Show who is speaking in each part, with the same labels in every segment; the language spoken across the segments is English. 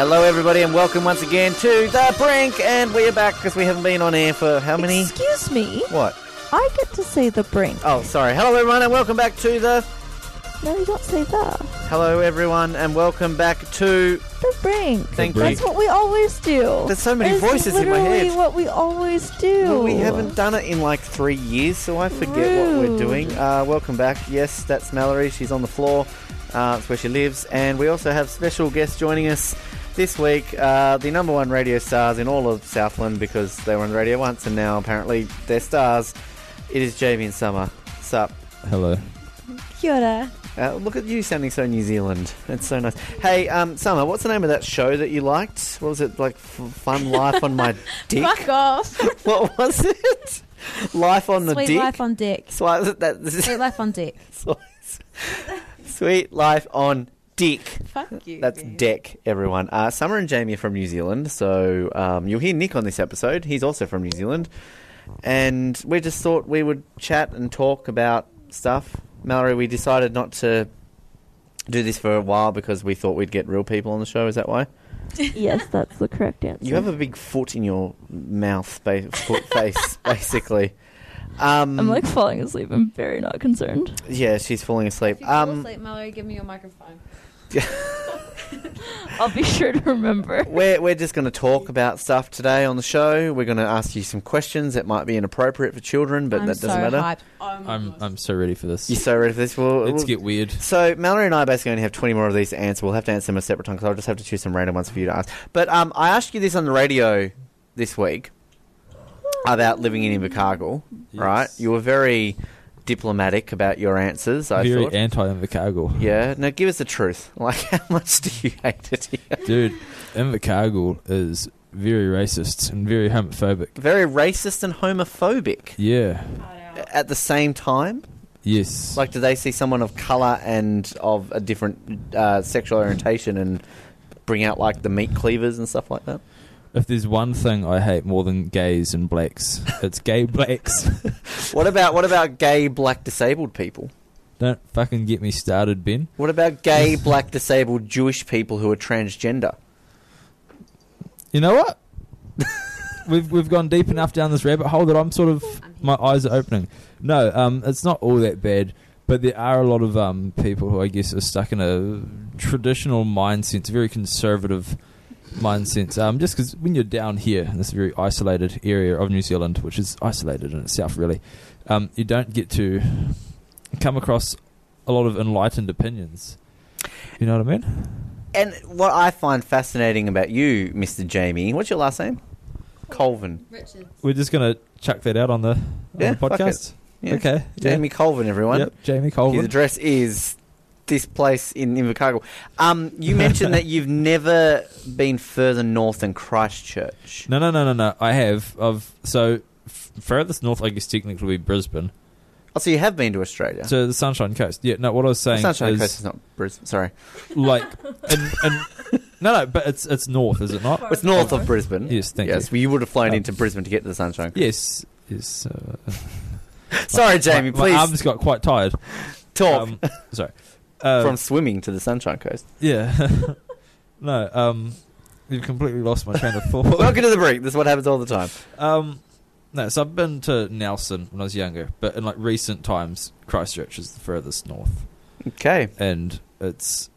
Speaker 1: Hello, everybody, and welcome once again to The Brink. And we are back because we haven't been on air for how many?
Speaker 2: Excuse me.
Speaker 1: What?
Speaker 2: I get to see the brink.
Speaker 1: Oh, sorry. Hello, everyone, and welcome back to the.
Speaker 2: No, you don't say that.
Speaker 1: Hello, everyone, and welcome back to.
Speaker 2: The brink.
Speaker 1: Thank
Speaker 2: That's
Speaker 1: you.
Speaker 2: what we always do.
Speaker 1: There's so many
Speaker 2: It's
Speaker 1: voices in my
Speaker 2: literally
Speaker 1: head.
Speaker 2: what we always do.
Speaker 1: Well, we haven't done it in like three years, so I forget what we're
Speaker 2: Rude.
Speaker 1: doing. Uh, welcome back. Yes, that's Mallory. She's on the floor. Uh, that's where she lives. And we also have special guests joining us this week. Uh, the number one radio stars in all of Southland because they were on the radio once and now apparently they're stars. It is Jamie and Summer. Sup?
Speaker 3: Hello.
Speaker 2: Kia ora.
Speaker 1: Uh, look at you sounding so New Zealand. That's so nice. Hey, um, Summer, what's the name of that show that you liked? What was it like? F- Fun Life on My Dick?
Speaker 2: Fuck off.
Speaker 1: what was it? Life on the
Speaker 2: Sweet
Speaker 1: Dick?
Speaker 2: life on deck.
Speaker 1: Swi- that- this is-
Speaker 2: Sweet life on deck.
Speaker 1: Sweet life on dick.
Speaker 2: Fuck you.
Speaker 1: That's deck, everyone. Uh, Summer and Jamie are from New Zealand, so um, you'll hear Nick on this episode. He's also from New Zealand. And we just thought we would chat and talk about stuff. Mallory, we decided not to do this for a while because we thought we'd get real people on the show. Is that why?
Speaker 2: yes, that's the correct answer.
Speaker 1: You have a big foot in your mouth, ba- foot face, basically. Um,
Speaker 4: I'm like falling asleep. I'm very not concerned.
Speaker 1: yeah, she's falling asleep.
Speaker 5: If you fall
Speaker 1: Um,
Speaker 5: asleep, Mallory, give me your microphone.
Speaker 4: I'll be sure to remember.
Speaker 1: We're, we're just going to talk about stuff today on the show. We're going to ask you some questions that might be inappropriate for children, but
Speaker 5: I'm
Speaker 1: that doesn't
Speaker 5: so
Speaker 1: matter.
Speaker 5: Hyped. Oh my
Speaker 3: I'm
Speaker 5: God.
Speaker 3: I'm so ready for this.
Speaker 1: You're so ready for this? Well,
Speaker 3: Let's
Speaker 1: we'll-
Speaker 3: get weird.
Speaker 1: so Mallory and I basically only have 20 more of these to answer. We'll have to answer them a separate time because I'll just have to choose some random ones for you to ask. But um, I asked you this on the radio this week about living in Invercargill, right?
Speaker 3: Yes.
Speaker 1: You were very diplomatic about your answers. I
Speaker 3: Very
Speaker 1: thought.
Speaker 3: anti Invercargill.
Speaker 1: yeah. Now give us the truth. Like, how much do you hate it here?
Speaker 3: Dude, Invercargill is very racist and very homophobic.
Speaker 1: Very racist and homophobic
Speaker 3: Yeah.
Speaker 1: at the same time.
Speaker 3: Yes.
Speaker 1: Like, do they see someone of color and of a different uh, sexual orientation and bring out like the meat cleavers and stuff like that?
Speaker 3: if there's one thing I hate more than gays and blacks, it's gay blacks.
Speaker 1: What about what about gay black disabled people?
Speaker 3: Don't fucking get me started, Ben.
Speaker 1: What about gay black disabled Jewish people who are transgender?
Speaker 3: You know what? we've we've gone deep enough down this rabbit hole that I'm sort of my eyes are opening. No, um, it's not all that bad, but there are a lot of um people who I guess are stuck in a traditional mind sense, very conservative mind sense. Um, just because when you're down here in this very isolated area of New Zealand, which is isolated in itself, really, um, you don't get to come across a lot of enlightened opinions. You know what I mean?
Speaker 1: And what I find fascinating about you, Mr. Jamie, what's your last name? Colvin.
Speaker 5: Richard.
Speaker 3: We're just gonna chuck that out on the, on
Speaker 1: Yeah,
Speaker 3: the
Speaker 1: fuck it.
Speaker 3: podcast.
Speaker 1: Yeah.
Speaker 3: Okay, yeah.
Speaker 1: Jamie Colvin, everyone.
Speaker 3: Yep, Jamie
Speaker 1: His
Speaker 3: Colvin.
Speaker 1: address is this place in Invercargill. Um, you mentioned that you've never been further north than Christchurch.
Speaker 3: No, no, no, no, no. I have. I've so f- furthest north, I guess technically would be Brisbane.
Speaker 1: Oh, so you have been to Australia.
Speaker 3: So the Sunshine Coast. Yeah. No, what I was
Speaker 1: The
Speaker 3: saying
Speaker 1: Sunshine
Speaker 3: is
Speaker 1: Coast is not Brisbane. Sorry,
Speaker 3: like, and, and no, no, but it's it's north, is it not?
Speaker 1: it's north of Brisbane.
Speaker 3: Yes, thank
Speaker 1: yes,
Speaker 3: you.
Speaker 1: well, you would have flown
Speaker 3: Um,
Speaker 1: into Brisbane to get to the Sunshine Coast.
Speaker 3: Yes, yes. Uh,
Speaker 1: Sorry, Jamie.
Speaker 3: my,
Speaker 1: please
Speaker 3: my arms got quite tired.
Speaker 1: talk
Speaker 3: Um, sorry. Uh,
Speaker 1: from swimming to the Sunshine Coast.
Speaker 3: yeah. no. Um, you've completely lost my train of thought.
Speaker 1: Welcome to the break. This is what happens all the time.
Speaker 3: Um, no, so I've been to Nelson when I was younger, but in like recent times, Christchurch is the furthest north,
Speaker 1: Okay.
Speaker 3: and it's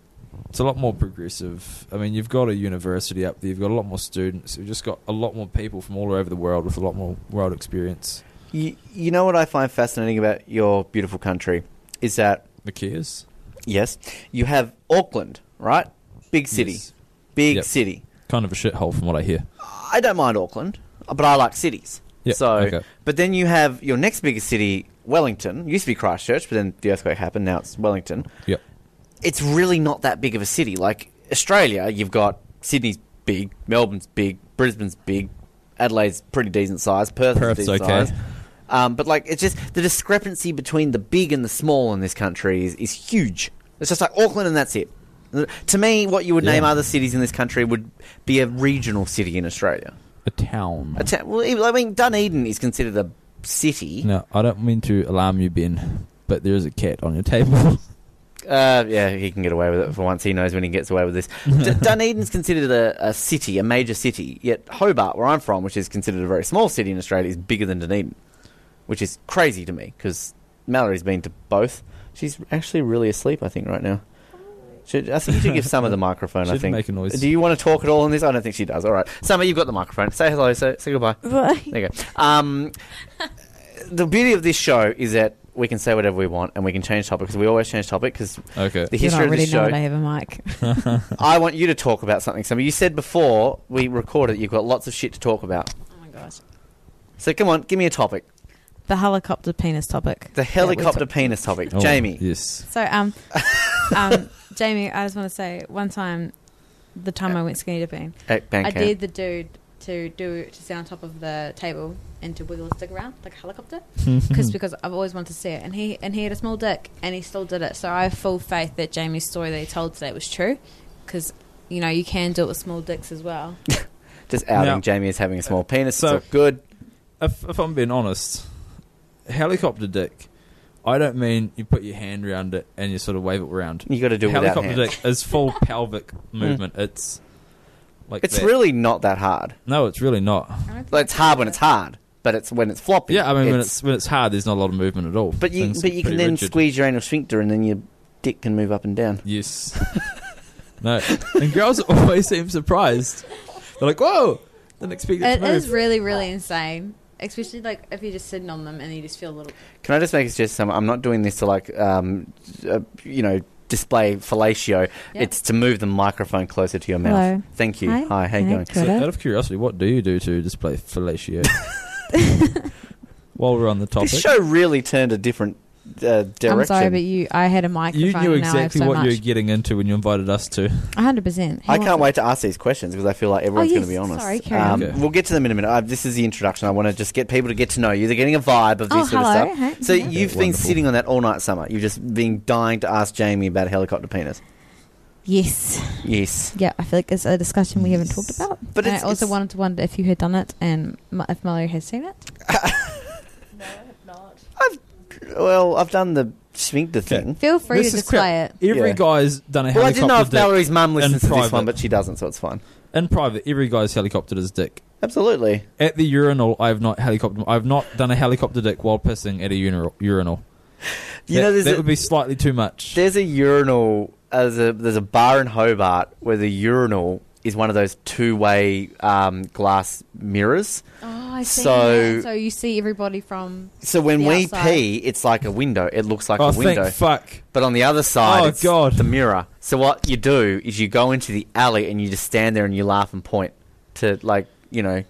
Speaker 3: it's a lot more progressive. I mean, you've got a university up there, you've got a lot more students, you've just got a lot more people from all over the world with a lot more world experience.
Speaker 1: You, you know what I find fascinating about your beautiful country is that
Speaker 3: Macias,
Speaker 1: yes, you have Auckland, right? Big city,
Speaker 3: Yes.
Speaker 1: big
Speaker 3: Yep.
Speaker 1: city.
Speaker 3: kind of a shithole from what I hear.
Speaker 1: I don't mind Auckland, but I like cities.
Speaker 3: Yeah,
Speaker 1: so,
Speaker 3: okay.
Speaker 1: but then you have your next biggest city, Wellington. Used to be Christchurch, but then the earthquake happened. Now it's Wellington.
Speaker 3: Yep.
Speaker 1: It's really not that big of a city. Like Australia, you've got Sydney's big, Melbourne's big, Brisbane's big, Adelaide's pretty decent size, Perth's,
Speaker 3: Perth's
Speaker 1: decent
Speaker 3: okay.
Speaker 1: size. Um, but like, it's just the discrepancy between the big and the small in this country is, is huge. It's just like Auckland, and that's it. To me, what you would
Speaker 3: Yeah.
Speaker 1: name other cities in this country would be a regional city in Australia.
Speaker 3: A town.
Speaker 1: A ta- well, even- I mean, Dunedin is considered a city.
Speaker 3: no, I don't mean to alarm you, Ben, but there is a cat on your table.
Speaker 1: Uh, yeah, he can get away with it for once. He knows when he gets away with this. D- Dunedin's considered a, a city, a major city. Yet Hobart, where I'm from, which is considered a very small city in Australia, is bigger than Dunedin, which is crazy to me because Mallory's been to both. She's actually really asleep, I think, right now. Should, I think you should give Summer the microphone.
Speaker 3: She
Speaker 1: I
Speaker 3: didn't
Speaker 1: think.
Speaker 3: make a noise.
Speaker 1: Do you want to talk at all on this? I don't think she does. All right, Summer, you've got the microphone. Say hello. Say, say goodbye.
Speaker 2: Right.
Speaker 1: There you go. Um, the beauty of this show is that we can say whatever we want and we can change topic because we always change topic because
Speaker 3: Okay.
Speaker 1: the
Speaker 4: you
Speaker 1: history
Speaker 4: don't
Speaker 1: of
Speaker 4: really
Speaker 1: this
Speaker 4: know
Speaker 1: show.
Speaker 4: that I have a mic.
Speaker 1: I want you to talk about something. Summer, you said before we recorded that you've got lots of shit to talk about.
Speaker 4: Oh my gosh.
Speaker 1: So come on, give me a topic.
Speaker 4: The helicopter penis topic.
Speaker 1: The helicopter
Speaker 4: Yeah, we
Speaker 1: penis topic.
Speaker 3: Oh,
Speaker 1: Jamie.
Speaker 3: Yes.
Speaker 4: So, um, um, Jamie, I just want to say one time, the time I went skinny dipping,
Speaker 1: At Bandcamp.
Speaker 4: I dared the dude to do to sit on top of the table and to wiggle his dick around like a helicopter,
Speaker 1: Mm-hmm.
Speaker 4: because because I've always wanted to see it, and he and he had a small dick, and he still did it. So I have full faith that Jamie's story that he told today was true, because you know you can do it with small dicks as well.
Speaker 1: Just outing
Speaker 3: Now- uh,
Speaker 1: Jamie as having a small penis.
Speaker 3: So-
Speaker 1: it's all good.
Speaker 3: if, if I'm being honest, helicopter dick, I don't mean you put your hand around it and you sort of wave it around.
Speaker 1: you got to do it without
Speaker 3: helicopter
Speaker 1: hands. Hmm.
Speaker 3: dick is full pelvic movement. It's like
Speaker 1: It's
Speaker 3: that.
Speaker 1: really not that hard.
Speaker 3: no, it's really not.
Speaker 1: Like, it's hard when it's hard, but it's when it's floppy.
Speaker 3: Yeah, I mean when it's when it's hard, there's not a lot of movement at all.
Speaker 1: But you,
Speaker 3: Things
Speaker 1: but you can
Speaker 3: pretty
Speaker 1: then
Speaker 3: rigid.
Speaker 1: squeeze your anal sphincter and then your dick can move up and down.
Speaker 3: Yes. no, and girls always seem surprised. They're like, "Whoa!" Didn't expect it,
Speaker 4: It
Speaker 3: to move.
Speaker 4: is really really insane, especially like if you're just sitting on them and you just feel a little.
Speaker 1: Can I just make a suggestion? I'm not doing this to like, um, uh, you know, display fellatio.
Speaker 4: Yeah.
Speaker 1: It's to move the microphone closer to your mouth.
Speaker 2: Hello.
Speaker 1: Thank you.
Speaker 2: Hi.
Speaker 1: Hi, how you
Speaker 2: Hi.
Speaker 1: going?
Speaker 3: So,
Speaker 2: Good.
Speaker 3: out of curiosity, what do you do to display fellatio? While we're on the topic,
Speaker 1: This show really turned a different uh, direction.
Speaker 4: I'm sorry, but you, I had a microphone.
Speaker 3: you knew
Speaker 4: and now I have
Speaker 3: exactly
Speaker 4: so
Speaker 3: what you were
Speaker 4: much.
Speaker 3: getting into when you invited us to.
Speaker 4: A hundred percent.
Speaker 1: I can't wait to ask these questions because I feel like everyone's
Speaker 4: Oh,
Speaker 1: going
Speaker 4: yes,
Speaker 1: to be honest. Um,
Speaker 4: sorry, carry on.
Speaker 3: Okay.
Speaker 1: We'll get to them in a minute. I, this is the introduction. I want to just get people to get to know you. They're getting a vibe of this
Speaker 4: Oh,
Speaker 1: sort
Speaker 4: hello.
Speaker 1: of stuff.
Speaker 4: Hey.
Speaker 1: So
Speaker 4: Yeah.
Speaker 1: you've been
Speaker 3: Wonderful.
Speaker 1: sitting on that all night, summer. You've just been dying to ask Jamie about helicopter penis.
Speaker 4: Yes.
Speaker 1: Yes,
Speaker 4: Yeah, I feel like it's a discussion we haven't talked about.
Speaker 1: but
Speaker 4: and
Speaker 1: it's,
Speaker 4: I also
Speaker 1: it's-
Speaker 4: wanted to wonder if you had done it and m- if Mallory has seen it.
Speaker 6: No, I have not.
Speaker 1: Well, I've done the sphincter thing.
Speaker 4: Feel free
Speaker 3: This
Speaker 4: to
Speaker 3: is crap.
Speaker 4: display it.
Speaker 3: Every
Speaker 1: Yeah.
Speaker 3: guy's done a
Speaker 1: Well, I
Speaker 3: helicopter
Speaker 1: didn't know if
Speaker 3: dick.
Speaker 1: Mallory's mum listens to this
Speaker 3: private.
Speaker 1: one, but she doesn't, so it's fine.
Speaker 3: In private, every guy's helicoptered his dick.
Speaker 1: Absolutely.
Speaker 3: At the urinal, I have not helicoptered. I've not done a helicopter dick while pissing at a urinal. urinal.
Speaker 1: You
Speaker 3: that
Speaker 1: know, there's
Speaker 3: that
Speaker 1: a,
Speaker 3: would be slightly too much.
Speaker 1: there's a urinal. As a, there's a bar in Hobart where the urinal is one of those two-way um, glass mirrors.
Speaker 4: Oh, I
Speaker 1: see So- that.
Speaker 4: so you see everybody from.
Speaker 1: So when
Speaker 4: The
Speaker 1: we
Speaker 4: outside.
Speaker 1: pee, it's like a window. It looks like
Speaker 3: oh,
Speaker 1: a window.
Speaker 3: thank fuck.
Speaker 1: but on the other side,
Speaker 3: Oh,
Speaker 1: it's
Speaker 3: God.
Speaker 1: the mirror. So what you do is you go into the alley and you just stand there and you laugh and point to like you know.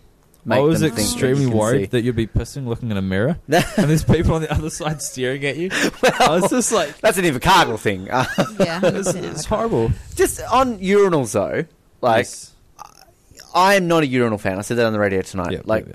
Speaker 1: Make
Speaker 3: I was
Speaker 1: them think that you
Speaker 3: extremely
Speaker 1: can
Speaker 3: worried
Speaker 1: see.
Speaker 3: that you'd be pissing looking in a mirror, and there's people on the other side staring at you. I was just like,
Speaker 1: That's an Invercargill thing. Uh,
Speaker 4: Yeah,
Speaker 3: it's, it's horrible.
Speaker 1: just on urinals though, like
Speaker 3: Yes.
Speaker 1: I am not a urinal fan. I said that on the radio tonight.
Speaker 3: Yeah,
Speaker 1: like
Speaker 3: yeah,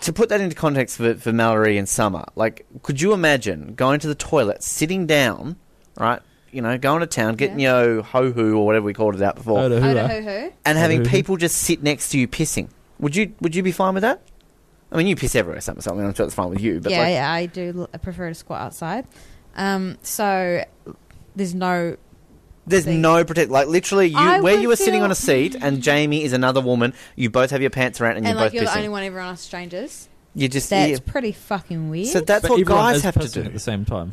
Speaker 1: to put that into context for, for Mallory and Summer, like could you imagine going to the toilet, sitting down, right? You know, going to town, getting your ho hoo or whatever we called it out
Speaker 3: yeah.
Speaker 1: before,
Speaker 3: Oda hula.
Speaker 1: and having
Speaker 3: Ho-hoo.
Speaker 1: people just sit next to you pissing. Would you Would you be fine with that? I mean, you piss everywhere, Summer. So I mean, I'm sure it's fine with you. But
Speaker 4: yeah,
Speaker 1: like,
Speaker 4: yeah, I do. l- I prefer to squat outside. Um, so there's no.
Speaker 1: there's
Speaker 4: See.
Speaker 1: no protect. Like literally, you
Speaker 4: I
Speaker 1: where
Speaker 4: would
Speaker 1: you were sitting
Speaker 4: feel-
Speaker 1: on a seat, and Jamie is another woman. You both have your pants around, and,
Speaker 4: And
Speaker 1: you're
Speaker 4: like
Speaker 1: both
Speaker 4: you're
Speaker 1: pissing.
Speaker 4: the only one, everyone else strangers.
Speaker 1: You just
Speaker 4: That's
Speaker 1: yeah.
Speaker 4: pretty fucking weird.
Speaker 1: So that's
Speaker 3: But
Speaker 1: what
Speaker 3: everyone
Speaker 1: guys
Speaker 3: is
Speaker 1: have to
Speaker 3: pissing
Speaker 1: do.
Speaker 3: at the same time.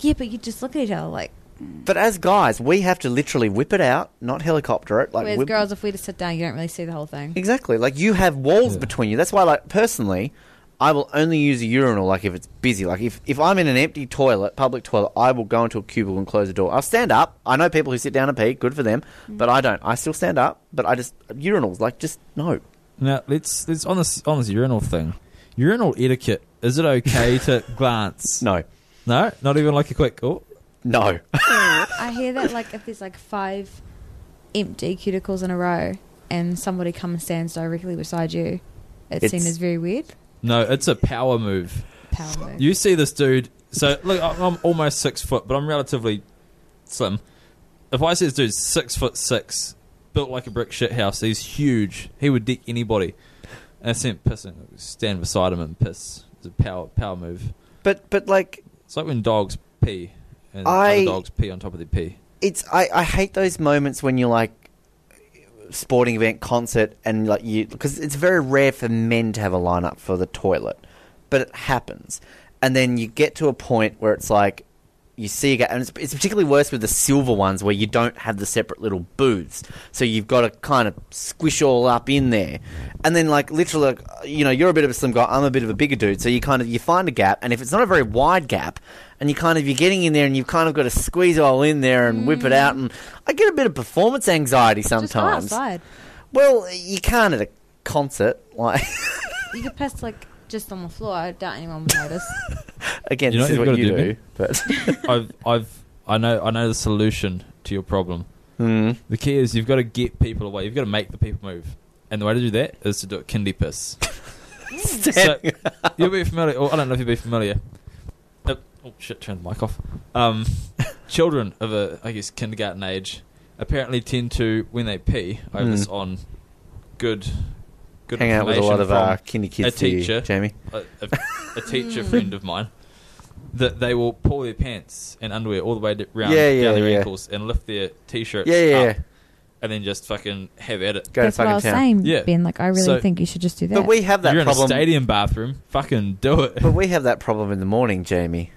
Speaker 4: yeah, but you just look at each other like.
Speaker 1: But as guys, we have to literally whip it out, not helicopter it. Like
Speaker 4: whereas
Speaker 1: whip-
Speaker 4: girls, if we just sit down, you don't really see the whole thing.
Speaker 1: Exactly. Like you have walls
Speaker 3: Yeah.
Speaker 1: between you. That's why, like personally, I will only use a urinal like if it's busy. Like if, if I'm in an empty toilet, public toilet, I will go into a cubicle and close the door. I'll stand up. I know people who sit down and pee. Good for them. But I don't. I still stand up. But I just urinals. Like just no.
Speaker 3: Now let's let's on this on this urinal thing. Urinal etiquette. Is it okay to glance?
Speaker 1: No.
Speaker 3: No, not even like a quick. Oh,
Speaker 1: No.
Speaker 4: I hear that like if there's like five empty cuticles in a row and somebody comes and stands directly beside you, it's, seen
Speaker 1: It's-
Speaker 4: as very weird.
Speaker 3: no, it's a power move.
Speaker 4: Power move.
Speaker 3: You see this dude. So look, I'm I'm almost six foot, but I'm relatively slim. If I see this dude six foot six, built like a brick shit house, he's huge. He would dick anybody. And I see him pissing. Stand beside him and piss. It's a power power move.
Speaker 1: But but like
Speaker 3: It's like when dogs pee and
Speaker 1: I-
Speaker 3: other dogs pee on top of their pee.
Speaker 1: it's I, I hate those moments when you're like sporting event concert and like you because it's very rare for men to have a lineup for the toilet but it happens and then you get to a point where it's like you see again and it's, it's particularly worse with the silver ones where you don't have the separate little booths so you've got to kind of squish all up in there and then like literally like, you know you're a bit of a slim guy i'm a bit of a bigger dude so you kind of you find a gap and if it's not a very wide gap and you kind of you're getting in there and you've kind of got to squeeze all in there and whip it out and i get a bit of performance anxiety
Speaker 4: Just go
Speaker 1: sometimes
Speaker 4: outside.
Speaker 1: well you can't at a concert like
Speaker 4: You could piss like just on the floor. I doubt anyone would notice.
Speaker 1: again
Speaker 3: You know
Speaker 1: this is
Speaker 3: what
Speaker 1: what
Speaker 3: you've
Speaker 1: you
Speaker 3: gotta do,
Speaker 1: do but
Speaker 3: I've, I've, I know, I know the solution to your problem.
Speaker 1: Hmm.
Speaker 3: The key is you've got to get people away. You've got to make the people move, and the way to do that is to do it kindy piss. so, you'll be familiar. Or I don't know if you'll be familiar. Oh, oh shit! Turn the mic off. Um, children of a, I guess, kindergarten age, apparently tend to when they pee. I have this
Speaker 1: Mm.
Speaker 3: on good, good
Speaker 1: hang out with a lot of
Speaker 3: information
Speaker 1: uh, kindy kids for you,
Speaker 3: teacher.
Speaker 1: jamie
Speaker 3: from a, a, a teacher friend of mine. That they will pull their pants and underwear all the way d- round
Speaker 1: Yeah, yeah,
Speaker 3: down their
Speaker 1: yeah.
Speaker 3: ankles and lift their t-shirts
Speaker 1: yeah yeah,
Speaker 3: up
Speaker 1: yeah.
Speaker 3: and then just fucking have at it.
Speaker 1: go
Speaker 7: That's
Speaker 1: to
Speaker 7: what I
Speaker 1: fucking
Speaker 7: was
Speaker 1: town
Speaker 7: saying,
Speaker 3: Yeah.
Speaker 7: Ben. Like, I really
Speaker 3: So-
Speaker 7: think you should just do that.
Speaker 1: But we have that
Speaker 3: You're
Speaker 1: problem.
Speaker 3: in a stadium bathroom. Fucking do it.
Speaker 1: But we have that problem in the morning, Jamie.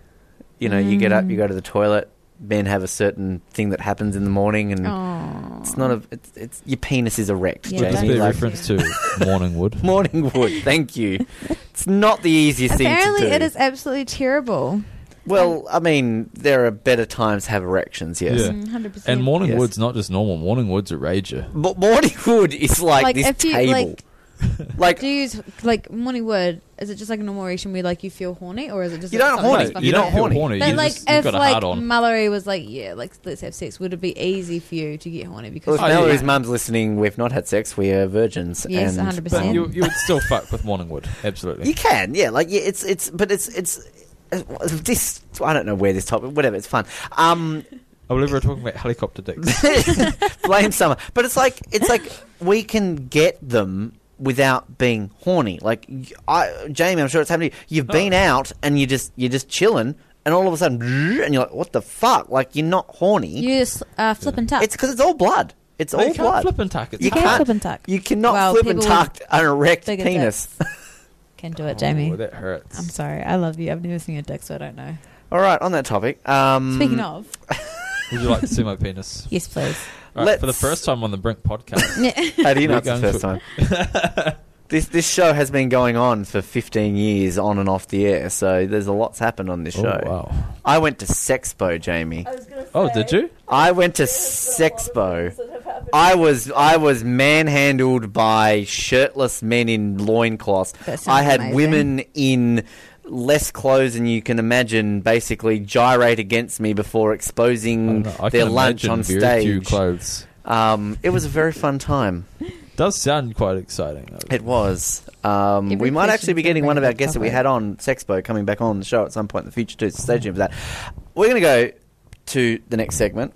Speaker 1: You know, you get up, you go to the toilet. Men have a certain thing that happens in the morning, and
Speaker 7: Aw.
Speaker 1: it's not a. It's, it's your penis is erect,
Speaker 7: Oh. Yeah,
Speaker 3: Would this
Speaker 1: Jamie.
Speaker 3: be a
Speaker 7: don't-
Speaker 1: Like,
Speaker 3: reference to Morning Wood?
Speaker 1: morning wood. Thank you. It's not the easiest
Speaker 7: Apparently,
Speaker 1: thing to
Speaker 7: it
Speaker 1: do.
Speaker 7: is absolutely terrible.
Speaker 1: Well, I mean, there are better times to have erections. Yes.
Speaker 4: Mm,
Speaker 3: Yeah.
Speaker 7: Hundred percent.
Speaker 3: And Morning
Speaker 1: Yes.
Speaker 3: Wood's not just normal. Morning Wood's a rager.
Speaker 1: But morning wood is like,
Speaker 7: Like,
Speaker 1: this
Speaker 7: if you,
Speaker 1: table. Like,
Speaker 4: Do you use like morning wood? Is it just like a normal reaction where like you feel horny, or is it just
Speaker 1: You
Speaker 4: like,
Speaker 1: don't
Speaker 4: something
Speaker 1: horny.
Speaker 4: that's fucking
Speaker 1: You don't
Speaker 4: bad?
Speaker 1: horny.
Speaker 4: But
Speaker 3: You
Speaker 4: like,
Speaker 3: just, you've
Speaker 4: if
Speaker 3: got a
Speaker 4: like
Speaker 3: hard on.
Speaker 4: Mallory was like, "Yeah, like let's have sex," would it be easy for you to get horny
Speaker 1: well,
Speaker 4: because
Speaker 1: if
Speaker 3: Oh, yeah.
Speaker 1: Mallory's mum's listening, we've not had sex. We are virgins.
Speaker 4: Yes,
Speaker 1: and,
Speaker 4: 100%.
Speaker 3: But
Speaker 1: um,
Speaker 3: you, you would still fuck with Morning Wood. Absolutely.
Speaker 1: You can, yeah. Like yeah, it's it's, but it's it's it's- this. I don't know where this topic. Whatever, it's fun. Um,
Speaker 3: I believe we're talking about helicopter dicks.
Speaker 1: blame summer, but it's like it's like we can get them without being horny. Like y- I, Jamie, I'm sure it's happened. To you. You've been
Speaker 3: Oh.
Speaker 1: out and you just you're just chilling, and all of a sudden, and you're like, what the fuck? Like you're not horny.
Speaker 4: you just uh, flip and tuck?
Speaker 1: it's because it's all blood. It's
Speaker 3: They
Speaker 1: all
Speaker 3: can't
Speaker 1: blood.
Speaker 3: flip and tuck. It's
Speaker 1: You
Speaker 3: hard.
Speaker 1: can't-
Speaker 8: flip and tuck.
Speaker 1: you cannot
Speaker 4: Well,
Speaker 1: flip and
Speaker 4: people with
Speaker 1: tuck an erect
Speaker 4: bigger
Speaker 1: penis.
Speaker 4: Can do it,
Speaker 3: Oh,
Speaker 4: Jamie.
Speaker 3: that hurts.
Speaker 7: I'm sorry. I love you. I've never seen a dick, so I don't know.
Speaker 1: all right, on that topic. Um,
Speaker 7: Speaking of,
Speaker 3: Would you like to see my penis?
Speaker 7: yes, please.
Speaker 3: All right, for the
Speaker 1: Let's-
Speaker 3: first time on the Brink podcast.
Speaker 1: How do you know
Speaker 3: We're
Speaker 1: it's the
Speaker 3: going
Speaker 1: first time? this this show has been going on for 15 years, on and off the air. So there's a lot's happened on this
Speaker 3: oh,
Speaker 1: show.
Speaker 3: wow.
Speaker 1: I went to Sexpo, Jamie.
Speaker 2: I was gonna say,
Speaker 3: Oh, did you?
Speaker 1: I went to
Speaker 2: there's been a lot
Speaker 1: Sexpo.
Speaker 2: of things that have happened.
Speaker 1: I was I was manhandled by shirtless men in loincloths.
Speaker 7: That sounds
Speaker 1: I had
Speaker 7: amazing.
Speaker 1: women in less clothes than you can imagine basically gyrate against me before
Speaker 3: I don't
Speaker 1: exposing
Speaker 3: know. I
Speaker 1: Mm. their
Speaker 3: can
Speaker 1: lunch
Speaker 3: imagine
Speaker 1: on
Speaker 3: very Few
Speaker 1: stage.
Speaker 3: clothes.
Speaker 1: Um, it was a very fun time.
Speaker 3: Does sound quite exciting. Though.
Speaker 1: It was. Um,
Speaker 7: Every
Speaker 1: we might actually
Speaker 7: question's
Speaker 1: be getting
Speaker 7: gonna
Speaker 1: one of
Speaker 7: bring
Speaker 1: our
Speaker 7: up
Speaker 1: guests that we
Speaker 7: topic.
Speaker 1: had on Sexpo coming back on the show at some point in the future too. So stay tuned for that. We're going to go to the next segment,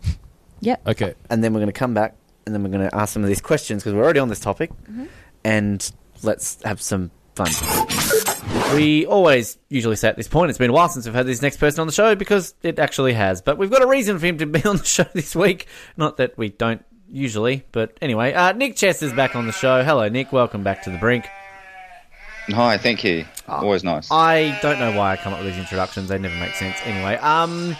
Speaker 3: Okay.
Speaker 1: and then we're going to come back, and then we're going to ask some of these questions because we're already on this topic, and let's have some fun. We always usually say at this point, it's been a while since we've had this next person on the show because it actually has. But we've got a reason for him to be on the show this week. Not that we don't usually, but anyway, uh, Nick Chester's back on the show. Hello, Nick. Welcome back to the brink.
Speaker 9: Hi, thank you. Always nice.
Speaker 1: I don't know why I come up with these introductions. They never make sense. Anyway, um,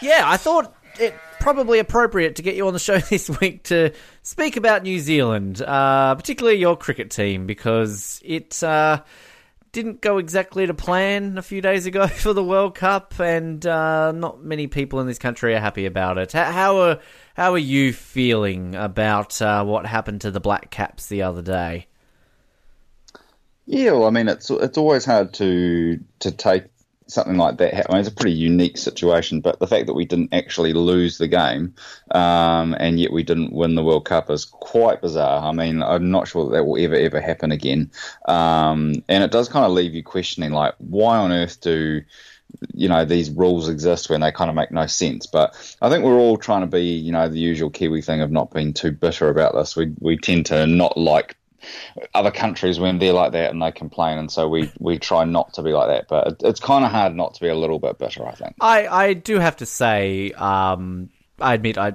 Speaker 1: yeah, I thought it probably appropriate to get you on the show this week to speak about New Zealand, uh, particularly your cricket team, because it uh, didn't go exactly to plan a few days ago for the World Cup, and uh, not many people in this country are happy about it. H- How are how are you feeling about uh, what happened to the Black Caps the other day?
Speaker 9: Yeah, well, I mean, it's it's always hard to to take something like that. I mean, it's a pretty unique situation, but the fact that we didn't actually lose the game um, and yet we didn't win the World Cup is quite bizarre. I mean, I'm not sure that, that will ever ever happen again, um, and it does kind of leave you questioning, like, why on earth do you know these rules exist when they kind of make no sense. But I think we're all trying to be you know the usual Kiwi thing of not being too bitter about this. We we tend to not like other countries when they're like that and they complain, and so we we try not to be like that. But it, it's kind of hard not to be a little bit bitter, I think.
Speaker 1: I, I do have to say, um, I admit, I,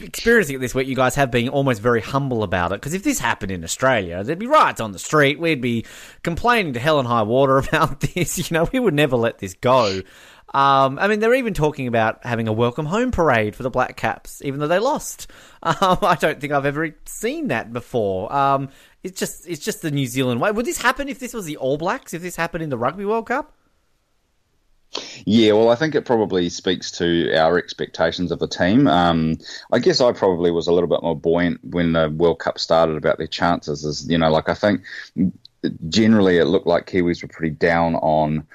Speaker 1: experiencing it this week, you guys have been almost very humble about it. Because if this happened in Australia, there'd be riots on the street. We'd be complaining to hell and high water about this. You know, we would never let this go. Um, I mean, they're even talking about having a welcome home parade for the Black Caps, even though they lost. Um, I don't think I've ever seen that before. Um, it's just, it's just the New Zealand way. Would this happen if this was the All Blacks? If this happened in the Rugby World Cup?
Speaker 9: Yeah, well, I think it probably speaks to our expectations of the team. Um, I guess I probably was a little bit more buoyant when the World Cup started about their chances. Is you know, like I think generally it looked like Kiwis were pretty down on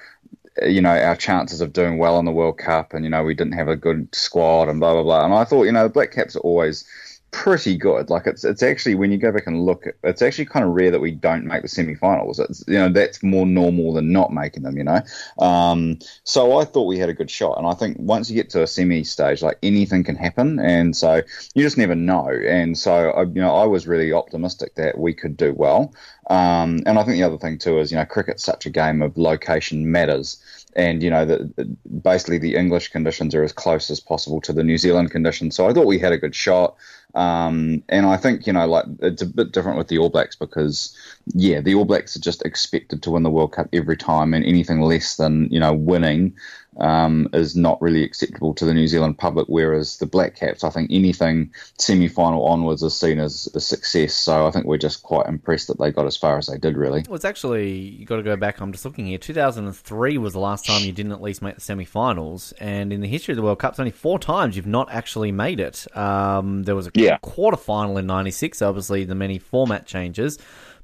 Speaker 9: you know our chances of doing well in the World Cup, and you know we didn't have a good squad and blah blah blah. And I thought you know the Black Caps are always pretty good. Like it's it's actually when you go back and look, it's actually kind of rare that we don't make the semi-finals. It's you know that's more normal than not making them. You know, um, so I thought we had a good shot, and I think once you get to a semi stage, like anything can happen, and so you just never know. And so I, you know, I was really optimistic that we could do well. Um, and I think the other thing too is you know cricket's such a game of location matters and you know that basically the English conditions are as close as possible to the New Zealand conditions. So I thought we had a good shot, um, and I think you know like it's a bit different with the All Blacks because yeah, the All Blacks are just expected to win the World Cup every time, and anything less than you know winning um, is not really acceptable to the New Zealand public. Whereas the Black Caps, I think anything semi final onwards is seen as a success. So I think we're just quite impressed that they got as far as they did, really.
Speaker 1: Well, it's actually you got to go back. I'm just looking here. 2003 was the last time you didn't at least make the semi-finals, and in the history of the World Cup, it's only four times you've not actually made it. Um, there was a
Speaker 9: Yeah.
Speaker 1: quarter-final in '96, obviously the many format changes,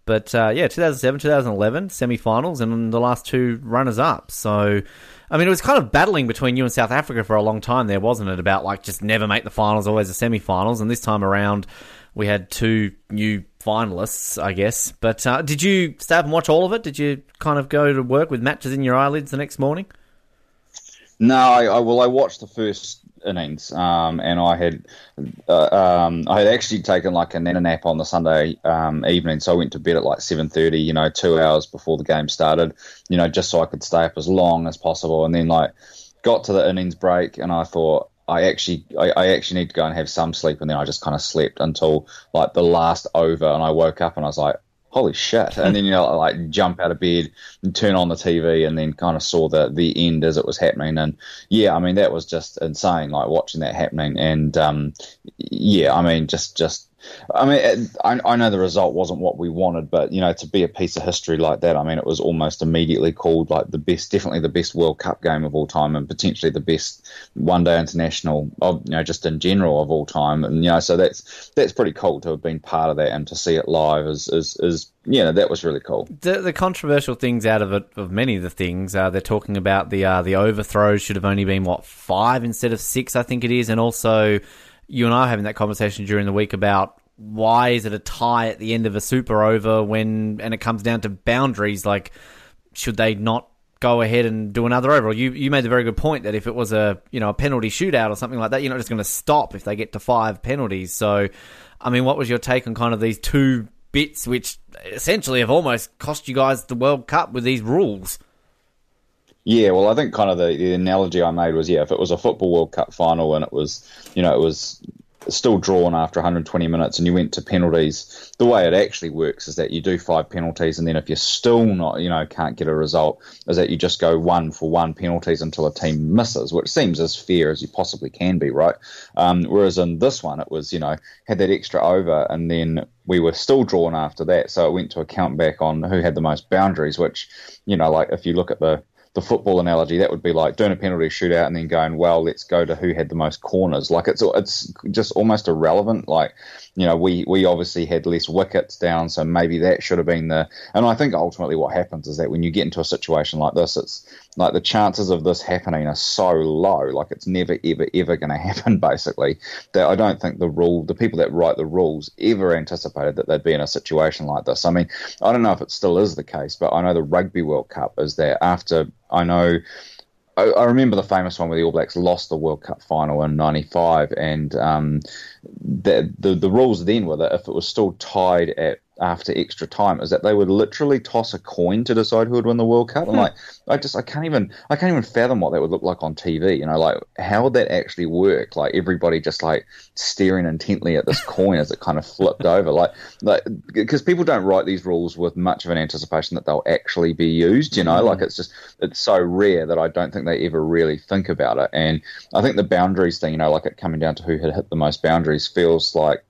Speaker 1: but uh, yeah, 2007, 2011 semi-finals, and the last two runners-up. So. I mean, it was kind of battling between you and South Africa for a long time there, wasn't it? About like just never make the finals, always the semi-finals, and this time around, we had two new finalists, I guess. But uh, did you stay up and watch all of it? Did you kind of go to work with matches in your eyelids the next morning?
Speaker 9: No, I, I well, I watched the first innings, um, and I had uh, um, I had actually taken like a nana nap on the Sunday um, evening, so I went to bed at like seven thirty. You know, two hours before the game started. You know, just so I could stay up as long as possible, and then like got to the innings break, and I thought. I actually, I, I actually need to go and have some sleep, and then I just kind of slept until like the last over, and I woke up and I was like, holy shit and then you know like jump out of bed and turn on the tv and then kind of saw the the end as it was happening and yeah i mean that was just insane like watching that happening and um yeah i mean just just i mean it, I, I know the result wasn't what we wanted but you know to be a piece of history like that i mean it was almost immediately called like the best definitely the best world cup game of all time and potentially the best one day international of you know just in general of all time and you know so that's that's pretty cool to have been part of that and to see it live is is, is you know that was really cool
Speaker 1: The, the controversial things out of it, of many of the things, uh, they're talking about the uh, the overthrows should have only been what five instead of six, I think it is, and also you and I were having that conversation during the week about why is it a tie at the end of a super over when and it comes down to boundaries like should they not go ahead and do another over? You you made the very good point that if it was a you know a penalty shootout or something like that, you're not just going to stop if they get to five penalties. So, I mean, what was your take on kind of these two bits which essentially have almost cost you guys the World Cup with these rules?
Speaker 9: Yeah, well, I think kind of the, the analogy I made was yeah, if it was a football World Cup final and it was, you know, it was still drawn after 120 minutes and you went to penalties, the way it actually works is that you do five penalties and then if you're still not, you know, can't get a result, is that you just go one for one penalties until a team misses, which seems as fair as you possibly can be, right? Um, whereas in this one, it was, you know, had that extra over and then we were still drawn after that, so it went to a count back on who had the most boundaries, which, you know, like if you look at the the football analogy, that would be like doing a penalty shootout and then going, well, let's go to who had the most corners. Like it's it's just almost irrelevant. Like you know, we we obviously had less wickets down, so maybe that should have been the. And I think ultimately what happens is that when you get into a situation like this, it's like the chances of this happening are so low. Like it's never ever ever going to happen. Basically, that I don't think the rule, the people that write the rules, ever anticipated that they'd be in a situation like this. I mean, I don't know if it still is the case, but I know the Rugby World Cup is there after I know. I, I remember the famous one where the All Blacks lost the World Cup final in '95, and um, the, the the rules then were that if it was still tied at after extra time is that they would literally toss a coin to decide who would win the World Cup. I'm like, I just I can't even I can't even fathom what that would look like on TV. You know, like how would that actually work? Like everybody just like staring intently at this coin as it kind of flipped over. Like, like because people don't write these rules with much of an anticipation that they'll actually be used. You know, like it's just it's so rare that I don't think they ever really think about it. And I think the boundaries thing, you know, like it coming down to who had hit the most boundaries, feels like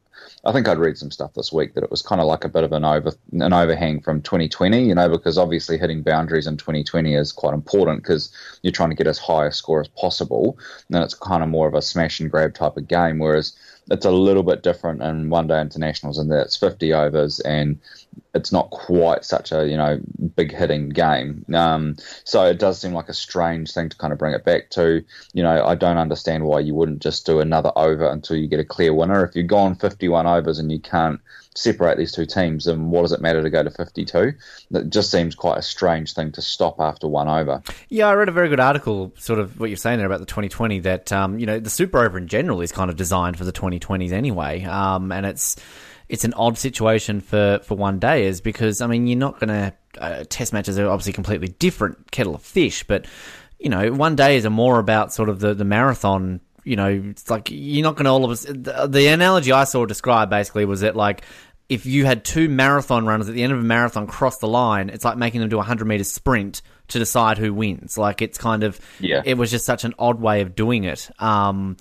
Speaker 9: I think I'd read some stuff this week that it was kind of like a bit of an over an overhang from 2020, you know, because obviously hitting boundaries in 2020 is quite important because you're trying to get as high a score as possible. And then it's kind of more of a smash and grab type of game, whereas it's a little bit different in one day internationals in that it's 50 overs and it's not quite such a you know big hitting game. Um, so it does seem like a strange thing to kind of bring it back to. You know, I don't understand why you wouldn't just do another over until you get a clear winner. If you've gone 51 overs and you can't separate these two teams, then what does it matter to go to 52? That just seems quite a strange thing to stop after one over.
Speaker 1: Yeah, I read a very good article, sort of what you're saying there about the 2020. That um, you know, the Super Over in general is kind of designed for the 2020s anyway, um, and it's it's an odd situation for for one day is because I mean you're not going to uh, test matches are obviously completely different kettle of fish, but you know one day is more about sort of the the marathon. You know, it's like you're not going to all of us. The, the analogy I saw described basically was that like. If you had two marathon runners at the end of a marathon cross the line, it's like making them do a 100 meter sprint to decide who wins. Like, it's kind of,
Speaker 9: Yeah.
Speaker 1: it was just such an odd way of doing it. Um,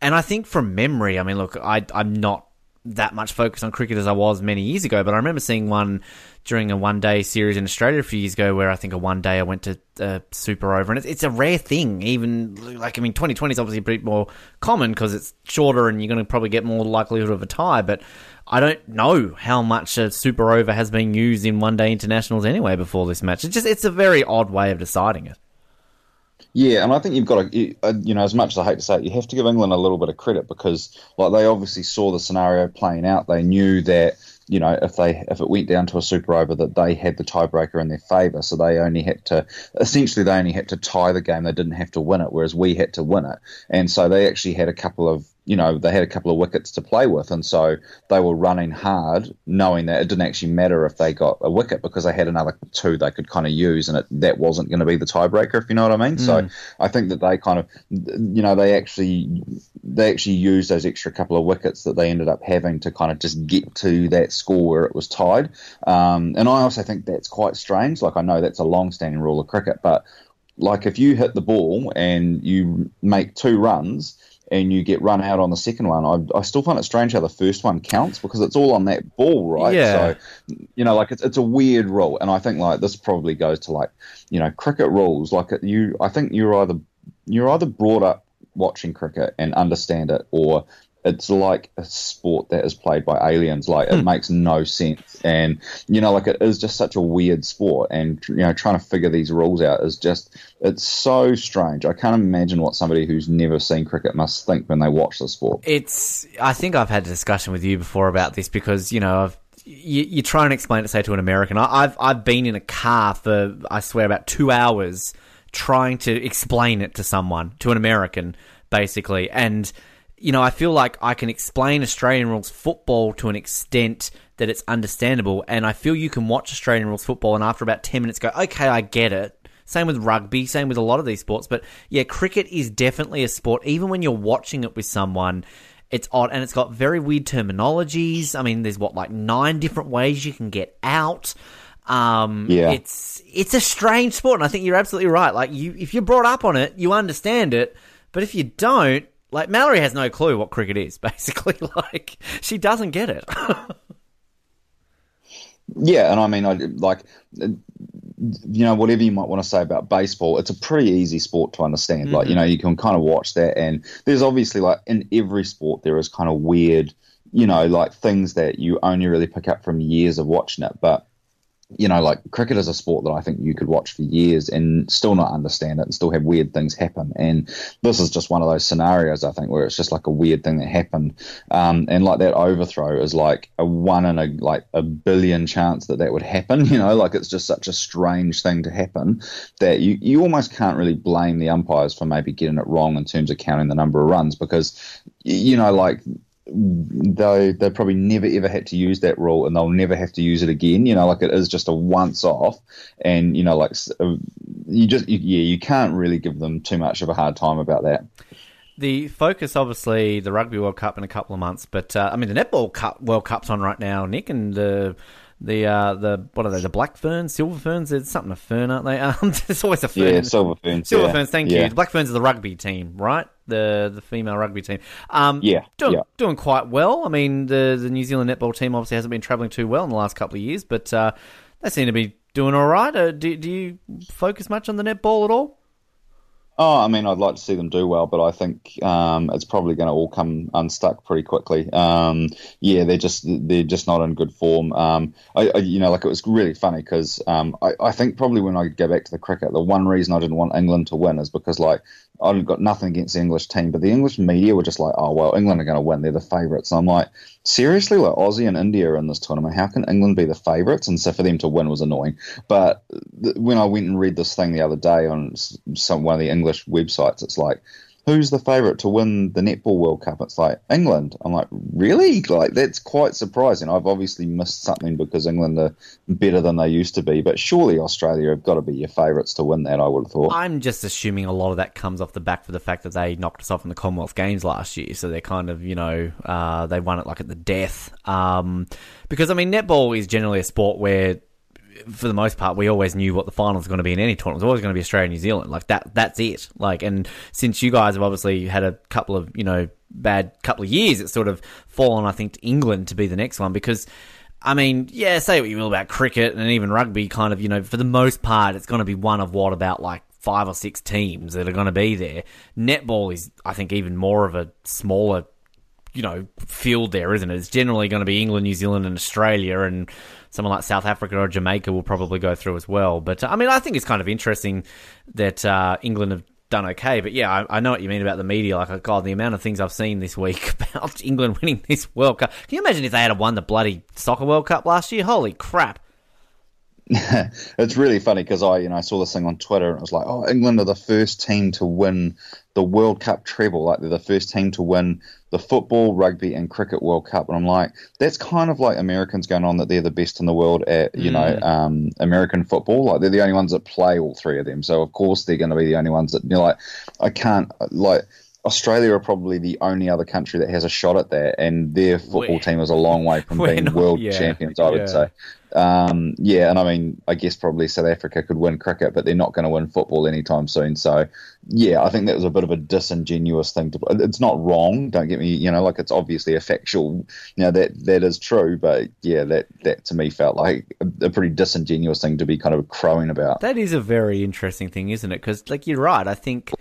Speaker 1: and I think from memory, I mean, look, I, I'm not that much focused on cricket as I was many years ago, but I remember seeing one during a one day series in Australia a few years ago where I think a one day I went to uh, Super Over, and it's, it's a rare thing, even like, I mean, 2020 is obviously a bit more common because it's shorter and you're going to probably get more likelihood of a tie, but. I don't know how much a super over has been used in one day internationals anyway before this match. It's just it's a very odd way of deciding it.
Speaker 9: Yeah, and I think you've got to, you- uh, you know, as much as I hate to say it, you have to give England a little bit of credit because, like, they obviously saw the scenario playing out. They knew that, you know, if they if it went down to a super over, that they had the tiebreaker in their favour. So they only had to, essentially, they only had to tie the game. They didn't have to win it, whereas we had to win it. And so they actually had a couple of you know, they had a couple of wickets to play with, and so they were running hard, knowing that it didn't actually matter if they got a wicket because they had another two they could kind of use, and it, that wasn't going to be the tiebreaker, if you know what I mean. So I think that they kind of, you know, they actually they actually used those extra couple of wickets that they ended up having to kind of just get to that score where it was tied. Um, and I also think that's quite strange. Like I know that's a long-standing rule of cricket, but like if you hit the ball and you make two runs and you get run out on the second one, I, I still find it strange how the first one counts because it's all on that ball, right?
Speaker 1: Yeah.
Speaker 9: So, you know, like it's, it's a weird rule, and I think like this probably goes to like you know cricket rules. Like you, I think you're either you're either brought up watching cricket and understand it, or it's like a sport that is played by aliens. Like it makes no sense, and you know, like it is just such a weird sport, and you know, trying to figure these rules out is just it's so strange. I can't imagine what somebody who's never seen cricket must think when they watch the sport.
Speaker 1: It's. I think I've had a discussion with you before about this because you know I've. You, you try and explain it, say to an American. I, I've I've been in a car for I swear about two hours trying to explain it to someone, to an American, basically. And you know, I feel like I can explain Australian rules football to an extent that it's understandable, and I feel you can watch Australian rules football and after about ten minutes go, okay, I get it. Same with rugby, same with a lot of these sports. But yeah, cricket is definitely a sport. Even when you're watching it with someone, it's odd and it's got very weird terminologies. I mean, there's what, like nine different ways you can get out. Um,
Speaker 9: Yeah.
Speaker 1: It's it's a strange sport, and I think you're absolutely right. Like you, if you're brought up on it, you understand it. But if you don't, like Mallory has no clue what cricket is. Basically, like she doesn't get it.
Speaker 9: Yeah, and I mean, I like uh, you know whatever you might want to say about baseball, it's a pretty easy sport to understand. Like you know, you can kind of watch that, and there's obviously like in every sport there is kind of weird, you know, like things that you only really pick up from years of watching it, but you know, like cricket is a sport that I think you could watch for years and still not understand it and still have weird things happen. And this is just one of those scenarios, I think, where it's just like a weird thing that happened. Um, and like that overthrow is like a one in a like a billion chance that that would happen. You know, like it's just such a strange thing to happen that you, you almost can't really blame the umpires for maybe getting it wrong in terms of counting the number of runs because, y- you know, like they they probably never ever had to use that rule, and they'll never have to use it again. You know, like it is just a once off, and you know, like s- uh, you just you, yeah, you can't really give them too much of a hard time about that.
Speaker 1: The focus, obviously, the Rugby World Cup in a couple of months, but uh, I mean, the Netball Cup World Cup's on right now, Nick, and the the uh, the what are they? The black ferns, silver ferns? There's something a fern, aren't they? Um, there's always a fern.
Speaker 9: Yeah, silver ferns.
Speaker 1: Silver
Speaker 9: yeah,
Speaker 1: Ferns, thank
Speaker 9: yeah.
Speaker 1: you. The Black Ferns are the rugby team, right? The the female rugby team. Um,
Speaker 9: Yeah,
Speaker 1: doing,
Speaker 9: yeah.
Speaker 1: doing quite well. I mean, the the New Zealand netball team obviously hasn't been travelling too well in the last couple of years, but uh, they seem to be doing all right. Uh, do, do you focus much on the netball at all?
Speaker 9: Oh, I mean, I'd like to see them do well, but I think um, it's probably going to all come unstuck pretty quickly. Um, yeah, they're just they're just not in good form. Um, I, I, you know, like it was really funny because um, I, I think probably when I go back to the cricket, the one reason I didn't want England to win is because like I've got nothing against the English team, but the English media were just like, oh well, England are going to win; they're the favourites. And I'm like, seriously, like Aussie and India are in this tournament. How can England be the favourites? And so for them to win was annoying. But th- when I went and read this thing the other day on s- some one of the English websites, it's like, who's the favourite to win the netball World Cup? It's like England. I'm like, really? Like that's quite surprising. I've obviously missed something because England are better than they used to be, but surely Australia have got to be your favourites to win that. I would have thought.
Speaker 1: I'm just assuming a lot of that comes off the back for the fact that they knocked us off in the Commonwealth Games last year, so they're kind of you know uh, they won it like at the death. Um, because I mean, netball is generally a sport where for the most part, we always knew what the final was going to be in any tournament. It was always going to be Australia, New Zealand. Like that, that's it. Like, and since you guys have obviously had a couple of, you know, bad couple of years, it's sort of fallen, I think, to England to be the next one because. I mean, yeah, say what you will about cricket and even rugby, kind of, you know, for the most part, it's going to be one of what about like five or six teams that are going to be there. Netball is, I think, even more of a smaller you know field there, isn't it? It's generally going to be England, New Zealand, and Australia, and someone like South Africa or Jamaica will probably go through as well. But uh, I mean, I think it's kind of interesting that uh, England have done okay. But yeah, I, I know what you mean about the media. Like, oh, God, the amount of things I've seen this week about England winning this World Cup. Can you imagine if they had won the bloody soccer World Cup last year? Holy crap!
Speaker 9: it's really funny because I, you know, I saw this thing on Twitter and it was like, oh, England are the first team to win the World Cup treble. Like they're the first team to win the football, rugby, and cricket World Cup. And I'm like, that's kind of like Americans going on that they're the best in the world at, you
Speaker 1: Mm.
Speaker 9: know, um, American football. Like they're the only ones that play all three of them. So of course they're going to be the only ones that you're like, I can't like. Australia are probably the only other country that has a shot at that, and their football
Speaker 1: We're-
Speaker 9: team is a long way from
Speaker 1: we're
Speaker 9: being
Speaker 1: not-
Speaker 9: world
Speaker 1: yeah,
Speaker 9: champions. I would
Speaker 1: yeah.
Speaker 9: say. Um, yeah, and I mean, I guess probably South Africa could win cricket, but they're not going to win football anytime soon. So, yeah, I think that was a bit of a disingenuous thing to. It's not wrong, don't get me. You know, like it's obviously a factual. You know that that is true, but yeah, that that to me felt like a, a pretty disingenuous thing to be kind of crowing about.
Speaker 1: That is a very interesting thing, isn't it? Because, like, you're right. I think,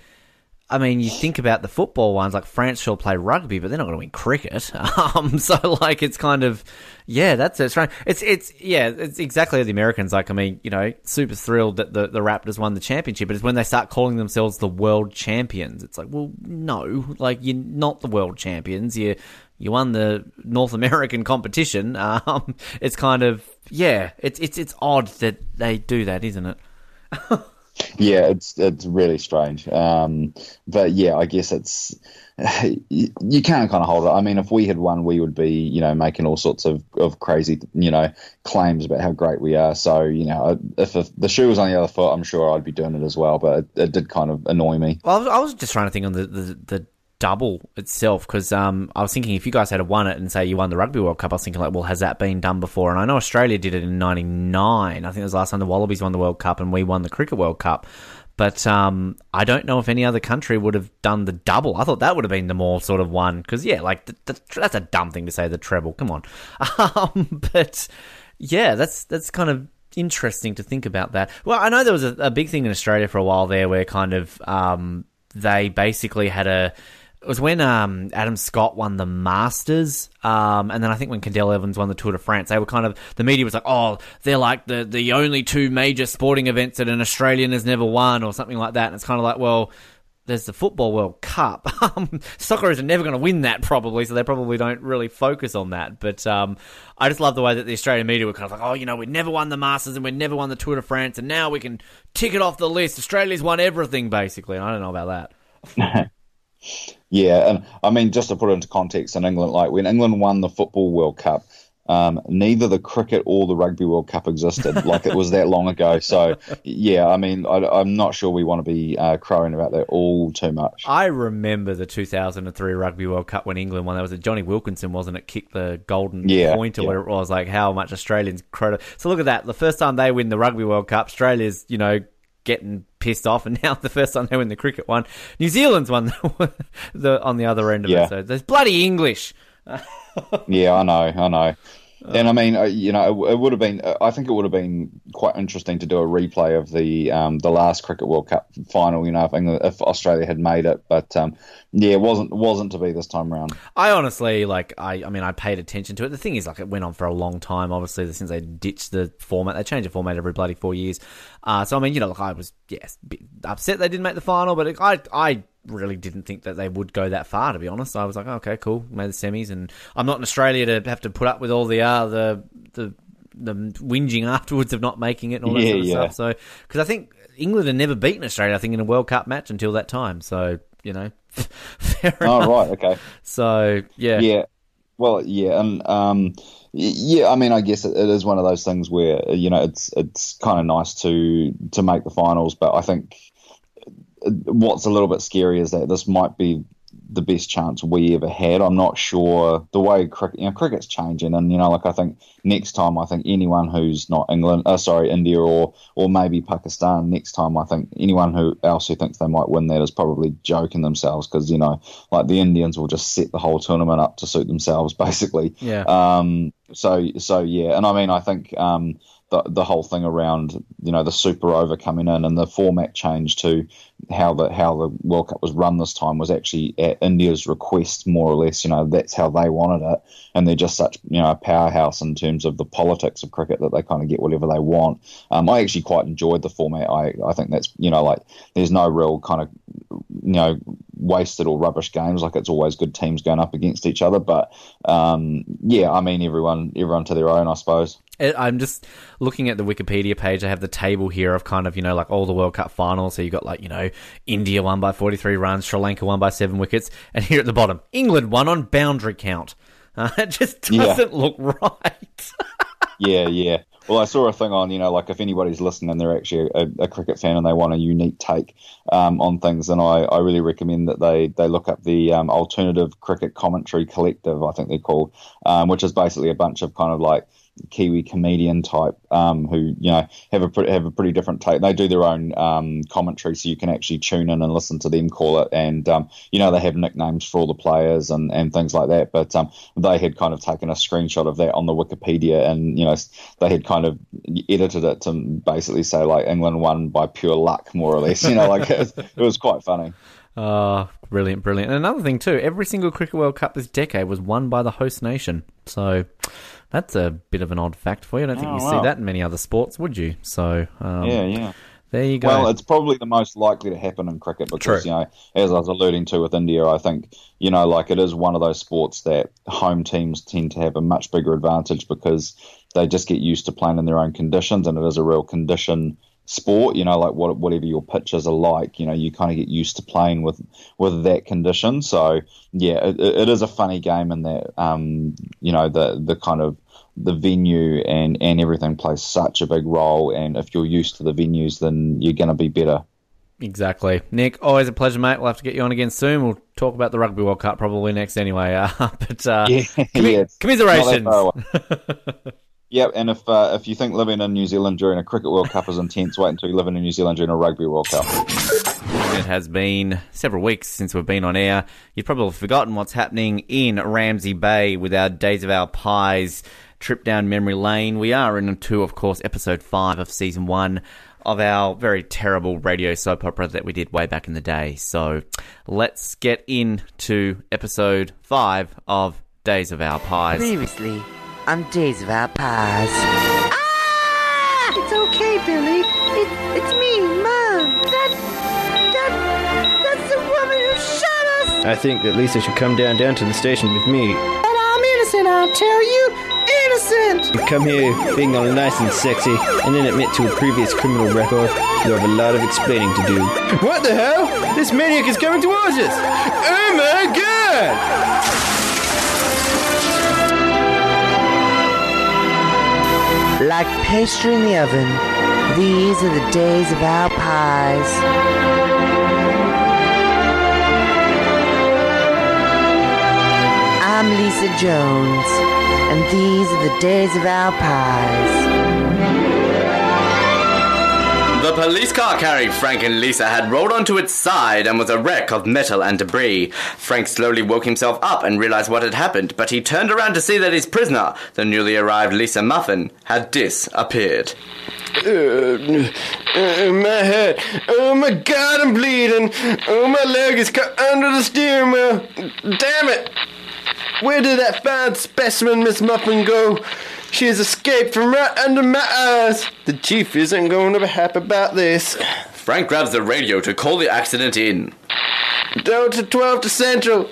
Speaker 1: I mean, you think about the football ones, like France will play rugby, but they're not going to win cricket. Um, so, like, it's kind of, yeah, that's it's right. It's it's yeah, it's exactly the Americans. Like, I mean, you know, super thrilled that the the Raptors won the championship, but it's when they start calling themselves the world champions, it's like, well, no, like you're not the world champions. You you won the North American competition. Um, it's kind of yeah, it's it's it's odd that they do that, isn't it?
Speaker 9: yeah, it's it's really strange. Um, but yeah, I guess it's you, you can kind of hold it. I mean, if we had won, we would be you know making all sorts of, of crazy you know claims about how great we are. So you know, if, if the shoe was on the other foot, I'm sure I'd be doing it as well. But it, it did kind of annoy me.
Speaker 1: Well, I was, I was just trying to think on the, the, the double itself because um, I was thinking if you guys had won it and say you won the Rugby World Cup, I was thinking like, well, has that been done before? And I know Australia did it in '99. I think it was the last time the Wallabies won the World Cup and we won the Cricket World Cup. But um, I don't know if any other country would have done the double. I thought that would have been the more sort of one because yeah, like the, the, that's a dumb thing to say the treble. Come on, um, but yeah, that's that's kind of interesting to think about that. Well, I know there was a, a big thing in Australia for a while there where kind of um, they basically had a. It was when um, Adam Scott won the Masters, um, and then I think when Cadell Evans won the Tour de France, they were kind of the media was like, "Oh, they're like the the only two major sporting events that an Australian has never won," or something like that. And it's kind of like, well, there's the Football World Cup. Um, soccerers are never going to win that, probably, so they probably don't really focus on that. But um, I just love the way that the Australian media were kind of like, oh, you know, we never won the Masters and we never won the Tour de France, and now we can tick it off the list. Australia's won everything, basically. And I don't know about that.
Speaker 9: Yeah, and I mean, just to put it into context, in England, like when England won the Football World Cup, um, neither the Cricket or the Rugby World Cup existed. like it was that long ago. So, yeah, I mean, I, am not sure we want to be uh, crowing about that all too much.
Speaker 1: I remember the 2003 Rugby World Cup when England won. That was it. Johnny Wilkinson, wasn't it? Kicked the golden
Speaker 9: Yeah,
Speaker 1: point or
Speaker 9: yeah.
Speaker 1: whatever it was. Like how much Australians credit. So look at that. The first time they win the Rugby World Cup, Australia's you know getting pissed off, and now the first time they win the cricket one, New Zealand's won the, the on the other end of
Speaker 9: Yeah.
Speaker 1: it. So there's bloody English.
Speaker 9: Yeah, I know, I know. And I mean, uh, you know, it, it would have been. uh, I think it would have been quite interesting to do a replay of the um, the last Cricket World Cup final. You know, if, England, if Australia had made it, but um, yeah, it wasn't wasn't to be this time round.
Speaker 1: I honestly like. I, I mean, I paid attention to it. The thing is, like, it went on for a long time. Obviously, since they ditched the format, they change the format every bloody four years. Uh, so I mean, you know, like, I was yes a bit upset they didn't make the final, but it, I I really didn't think that they would go that far. To be honest, I was like, okay, cool, made the semis, and I'm not in Australia to have to put up with all the uh, the the the whinging afterwards of not making it and all that
Speaker 9: Yeah,
Speaker 1: sort of
Speaker 9: yeah.
Speaker 1: stuff. So because I think England had never beaten Australia, I think, in a World Cup match until that time. So you know, fair
Speaker 9: Oh
Speaker 1: enough.
Speaker 9: right, okay.
Speaker 1: So yeah.
Speaker 9: yeah well yeah and um y- yeah i mean i guess it, it is one of those things where uh, you know it's it's kind of nice to to make the finals but i think uh, what's a little bit scary is that this might be the best chance we ever had i'm not sure the way cricket you know cricket's changing and you know like i think next time i think anyone who's not england uh, sorry india or or maybe pakistan next time i think anyone who else who thinks they might win that is probably joking themselves because you know like the Indians will just set the whole tournament up to suit themselves, basically.
Speaker 1: Yeah.
Speaker 9: Um. So so yeah, and I mean I think um the the whole thing around you know the super over coming in and the format change to how the how the World Cup was run this time was actually at India's request more or less. You know that's how they wanted it, and they're just such you know a powerhouse in terms of the politics of cricket that they kind of get whatever they want. Um, I actually quite enjoyed the format. I I think that's you know like there's no real kind of you know wasted or rubbish games. Like it's always good teams going up against each other. But um, yeah, I mean everyone everyone to their own, I suppose.
Speaker 1: It- I'm just looking at the Wikipedia page. I have the table here of kind of, you know, like all the World Cup finals. So you've got like, you know, India won by 43 runs, Sri Lanka won by seven wickets. And here at the bottom, England won on boundary count. Uh, it just
Speaker 9: Yeah.
Speaker 1: doesn't look right.
Speaker 9: Yeah, yeah. Well, I saw a thing on, you know, like if anybody's listening and they're actually a, a cricket fan and they want a unique take um, on things, then I, I really recommend that they, they look up the um, Alternative Cricket Commentary Collective, I think they're called, um, which is basically a bunch of kind of like Kiwi comedian type um, who, you know, have a, pre- have a pretty different take. They do their own um, commentary, so you can actually tune in and listen to them call it. And, um, you know, they have nicknames for all the players and, and things like that. But um, they had kind of taken a screenshot of that on the Wikipedia, and you know they had kind of edited it to basically say like England won by pure luck, more or less. You know, like it, it was quite funny.
Speaker 1: Oh, brilliant, brilliant. And another thing, too, every single Cricket World Cup this decade was won by the host nation. So that's a bit of an odd fact for you. I don't think
Speaker 9: Oh,
Speaker 1: you
Speaker 9: wow.
Speaker 1: see that in many other sports, would you? So um,
Speaker 9: yeah, yeah.
Speaker 1: there you go.
Speaker 9: Well, it's probably the most likely to happen in cricket because
Speaker 1: True.
Speaker 9: you know, as I was alluding to with India, I think you know, like it is one of those sports that home teams tend to have a much bigger advantage because they just get used to playing in their own conditions, and it is a real condition sport. You know, like what, whatever your pitches are like, you know, you kind of get used to playing with with that condition. So yeah, it, it it is a funny game in that um, you know the the kind of the venue and, and everything plays such a big role. And if you're used to the venues, then you're going to be better.
Speaker 1: Exactly. Nick, always a pleasure, mate. We'll have to get you on again soon. We'll talk about the Rugby World Cup probably next anyway. Uh, but uh,
Speaker 9: Yeah,
Speaker 1: commi-
Speaker 9: yeah, it's
Speaker 1: commiserations.
Speaker 9: not Yep, and if uh, if you think living in New Zealand during a cricket World Cup is intense, wait until you live in New Zealand during a rugby World Cup.
Speaker 1: It has been several weeks since we've been on air. You've probably forgotten what's happening in Ramsey Bay with our Days of Our Pies trip down memory lane. We are into, of course, episode five of season one of our very terrible radio soap opera that we did way back in the day. So let's get into episode five of Days of Our Pies.
Speaker 10: Previously, on Days of Our Pies.
Speaker 11: It's okay, Billy. It, it's me, Mom. That, that, that's the woman who shot us.
Speaker 12: I think that Lisa should come down down to the station with me.
Speaker 11: And I'm innocent, I'll tell you.
Speaker 13: innocent!
Speaker 12: You come here being all nice and sexy, and then admit to a previous criminal record. You have a lot of explaining to do. What the hell? This maniac is coming towards us! Oh my god!
Speaker 14: Like pastry in the oven, these are the days of our pies. I'm Lisa Jones, and these are the days of our pies.
Speaker 1: The police car carrying Frank and Lisa had rolled onto its side and was a wreck of metal and debris. Frank slowly woke himself up and realized what had happened, but he turned around to see that his prisoner, the newly arrived Lisa Muffin, had disappeared.
Speaker 12: Uh, uh, my head. Oh my god, I'm bleeding. Oh, my leg is cut under the steering wheel. Damn it! Where did that fine specimen, Miss Muffin, go? She has escaped from right under my eyes. The chief isn't going to be happy about this.
Speaker 1: Frank grabs the radio to call the accident in.
Speaker 12: Delta 12 to Central.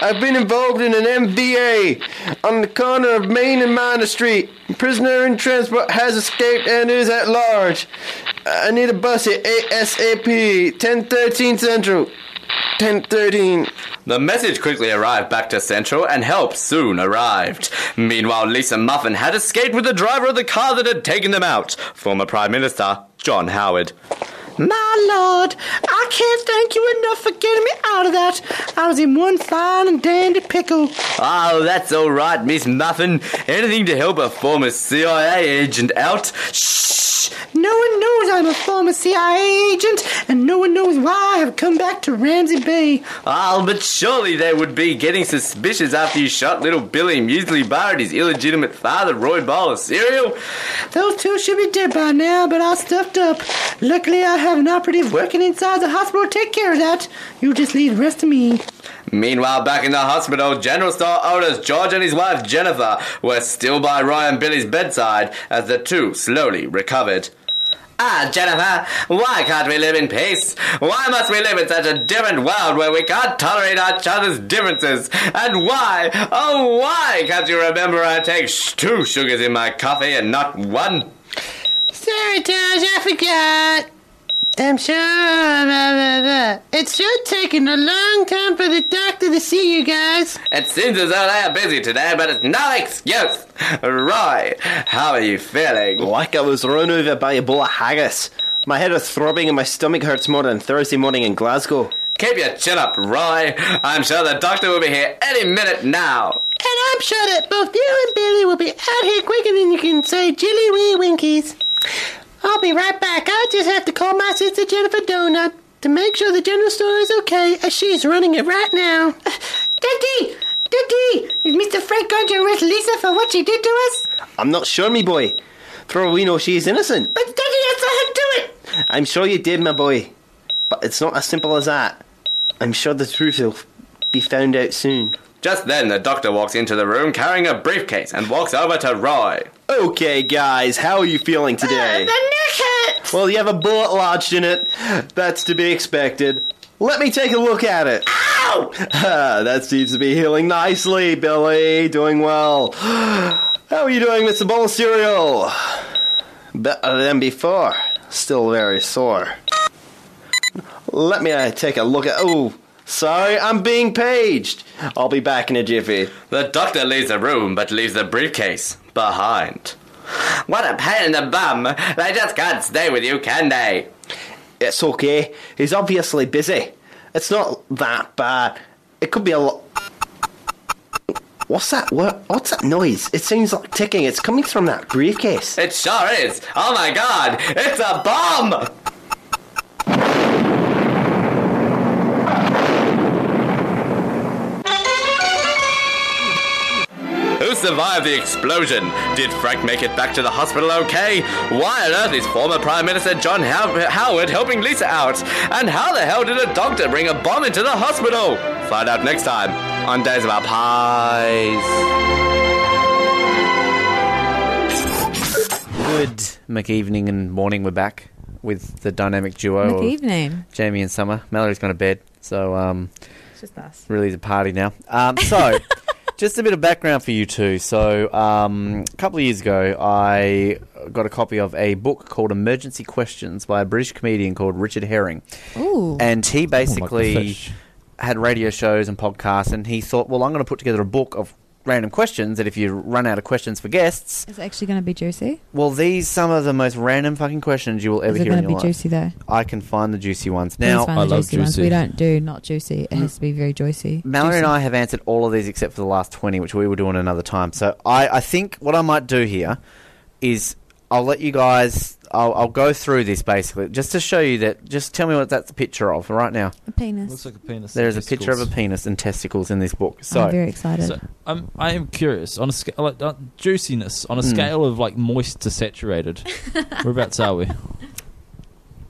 Speaker 12: I've been involved in an MVA on the corner of Main and Minor Street. Prisoner in transport has escaped and is at large. I need a bus at ASAP, 1013 Central. 1013.
Speaker 1: The message quickly arrived back to Central and help soon arrived. Meanwhile, Lisa Muffin had escaped with the driver of the car that had taken them out, former Prime Minister John Howard.
Speaker 13: My lord, I can't thank you enough for getting me out of that. I was in one fine and dandy pickle.
Speaker 1: Oh, that's all right, Miss Muffin. Anything to help a former CIA agent out. Shh.
Speaker 13: No one knows I'm a former CIA agent, and no one knows why I have come back to Ramsey Bay.
Speaker 1: Oh, but surely they would be getting suspicious after you shot little Billy Muesli Bar and his illegitimate father, Roy Bowl of cereal.
Speaker 13: Those two should be dead by now, but I stuffed up. Luckily, I have an operative working inside the hospital to take care of that. You just leave the rest to me.
Speaker 1: Meanwhile, back in the hospital, general store owners George and his wife Jennifer were still by Roy and Billy's bedside as the two slowly recovered. Ah, Jennifer, why can't we live in peace? Why must we live in such a different world where we can't tolerate each other's differences? And why, oh, why can't you remember I take sh- two sugars in my coffee and not one?
Speaker 13: Sorry, Taj, I forgot. I'm uh, sure. Blah, blah, blah. It's sure taking a long time for the doctor to see you guys.
Speaker 1: It seems as though they are busy today, but it's no excuse. Roy, how are you feeling?
Speaker 12: Like
Speaker 1: I
Speaker 12: was run over by a bowl of haggis. My head is throbbing and my stomach hurts more than Thursday morning in Glasgow.
Speaker 1: Keep your chin up, Roy. I'm sure the doctor will be here any minute now.
Speaker 13: And I'm sure that both you and Billy will be out here quicker than you can say uh, jilly wee winkies. I'll be right back. I just have to call my sister Jennifer Donut to make sure the general store is okay, as she's running it right now. Daddy! Daddy! Is Mr. Frank going to arrest Lisa for what she did to us?
Speaker 12: I'm not sure, me boy. For all we know, she is innocent.
Speaker 13: But Daddy, I saw her do it!
Speaker 12: I'm sure you did, my boy. But it's not as simple as that. I'm sure the truth will be found out soon.
Speaker 1: Just then, the doctor walks into the room carrying a briefcase and walks over to Roy.
Speaker 12: Okay, guys, how are you feeling today? Well, you have a bullet lodged in it. That's to be expected. Let me take a look at it. Ow! that seems to be healing nicely, Billy. Doing well. How are you doing, Mr. Bowl of Cereal? Better than before. Still very sore. Let me uh, take a look at. Oh, sorry, I'm being paged. I'll be back in a jiffy.
Speaker 1: The doctor leaves the room but leaves the briefcase behind. What a pain in the bum! They just can't stay with you, can they?
Speaker 12: It's okay. He's obviously busy. It's not that bad. It could be a lot. What's that? What? What's that noise? It sounds like ticking. It's coming from that briefcase.
Speaker 1: It sure is! Oh my god! It's a bomb! Who survived the explosion? Did Frank make it back to the hospital okay? Why on earth is former Prime Minister John How- Howard helping Lisa out? And how the hell did a doctor bring a bomb into the hospital? Find out next time on Days of Our Pies.
Speaker 15: Good McEvening and morning. We're back with the dynamic duo. of
Speaker 4: McEvening.
Speaker 15: Jamie and Summer. Mallory's gone to bed, so um,
Speaker 4: It's just us.
Speaker 15: Really, the party now. Um, so
Speaker 14: Just a bit of background for you two. So, um, a couple of years ago, I got a copy of a book called Emergency Questions by a British comedian called Richard Herring.
Speaker 5: Ooh.
Speaker 14: And he
Speaker 3: Michael
Speaker 14: basically
Speaker 3: Fish.
Speaker 14: had radio shows and podcasts, and he thought, well, I'm going to put together a book of random questions that if you run out of questions for guests,
Speaker 4: Is it actually going to be juicy?
Speaker 14: well, these some of the most random fucking questions you will ever
Speaker 4: Is it
Speaker 14: hear in
Speaker 4: going to
Speaker 14: your
Speaker 4: be
Speaker 14: life.
Speaker 4: juicy though?
Speaker 14: I can find the juicy ones
Speaker 4: Please
Speaker 14: now.
Speaker 4: find the juicy, ones. We don't do not juicy. It has to be very juicy.
Speaker 14: Mallory
Speaker 4: juicy.
Speaker 14: and I have answered all of these except for the last 20, which we will do on another time. So I, I think what I might do here is I'll let you guys, I'll, I'll go through this basically, just to show you that, just tell me what that's a picture of right now.
Speaker 4: A penis.
Speaker 3: Looks like a penis.
Speaker 14: There is a picture of a penis and testicles in this book. So
Speaker 4: I'm very excited.
Speaker 3: So, I'm, I am curious on a scale like uh, juiciness on a
Speaker 1: Hmm.
Speaker 14: Mm.
Speaker 3: scale of like moist to saturated. Whereabouts are we?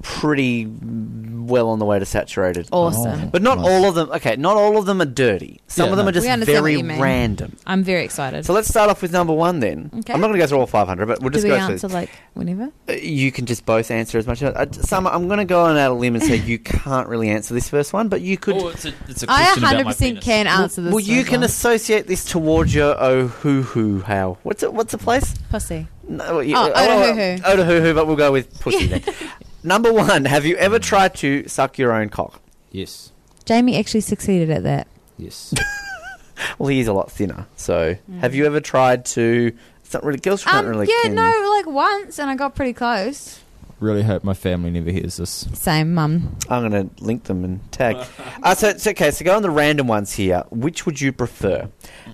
Speaker 14: pretty well on the way to saturated.
Speaker 5: Awesome. Oh,
Speaker 14: but not all of them, okay, not all of them are dirty. Some
Speaker 5: Yeah,
Speaker 14: of them
Speaker 5: no.
Speaker 14: are just
Speaker 5: We understand what
Speaker 14: very
Speaker 5: you mean.
Speaker 14: random.
Speaker 5: I'm very excited.
Speaker 14: So let's start off with number one then.
Speaker 5: Okay.
Speaker 14: I'm not going to go through all 500, but we'll
Speaker 4: do
Speaker 14: just
Speaker 4: we
Speaker 14: go through.
Speaker 4: answer like whenever?
Speaker 14: Uh, You can just both answer as much. as- Uh, some, I'm going to go on out a limb and say you can't really answer this first one, but you could.
Speaker 3: Oh, it's a, it's a
Speaker 4: I
Speaker 3: question about my
Speaker 4: 100%
Speaker 3: penis.
Speaker 4: can answer
Speaker 14: Well, you can associate this towards your oh hoo hoo how. What's it? What's the place?
Speaker 5: Pussy.
Speaker 14: No, you,
Speaker 5: Oh, oh, hoo hoo.
Speaker 14: oh, oh, hoo hoo, but we'll go with pussy then. Number one, have you ever tried to suck your own cock?
Speaker 3: Yes.
Speaker 4: Jamie actually succeeded at that.
Speaker 3: Yes.
Speaker 14: Well, he is a lot thinner, so have you ever tried to? It's not really girls can't
Speaker 5: Hmm. Um,
Speaker 14: really.
Speaker 5: yeah,
Speaker 14: can-
Speaker 5: no, like once, and I got pretty close.
Speaker 3: Really hope my family never hears this.
Speaker 4: Same mum.
Speaker 14: I'm going to link them and tag. uh, so it's okay. So go on the random ones here. Which would you prefer?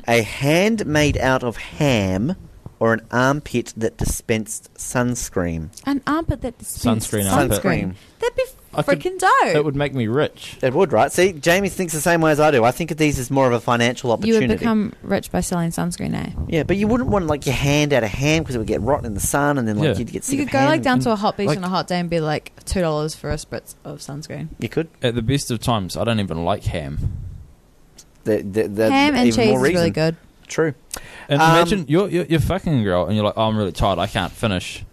Speaker 14: A hand made out of ham or an armpit that dispensed sunscreen?
Speaker 4: An armpit that dispenses
Speaker 3: Sunscreen
Speaker 14: Sunscreen.
Speaker 3: armpit.
Speaker 14: Sunscreen.
Speaker 5: That'd be
Speaker 3: I could-
Speaker 5: freaking dope.
Speaker 3: That would make me rich.
Speaker 14: It would, right? See, Jamie thinks the same way as I do. I think of these as more of a financial
Speaker 4: You
Speaker 14: opportunity.
Speaker 4: would become rich by selling sunscreen, eh?
Speaker 14: yeah, but you wouldn't want like your hand out of ham because it would get rotten in the sun, and then like
Speaker 3: Yeah.
Speaker 14: you'd get sick
Speaker 4: You
Speaker 14: of
Speaker 4: could go
Speaker 14: ham.
Speaker 4: like down to a hot beach
Speaker 3: like-
Speaker 4: on a hot day and be like two dollars for a spritz of sunscreen.
Speaker 14: you could.
Speaker 3: At the best of times, I don't even like ham.
Speaker 14: That, that, that,
Speaker 4: Ham and
Speaker 14: even
Speaker 4: cheese
Speaker 14: more
Speaker 4: is really
Speaker 14: reason.
Speaker 4: good.
Speaker 14: True.
Speaker 3: And
Speaker 14: Um,
Speaker 3: imagine you're, you're you're fucking a girl, and you're like, oh, I'm really tired. I can't finish.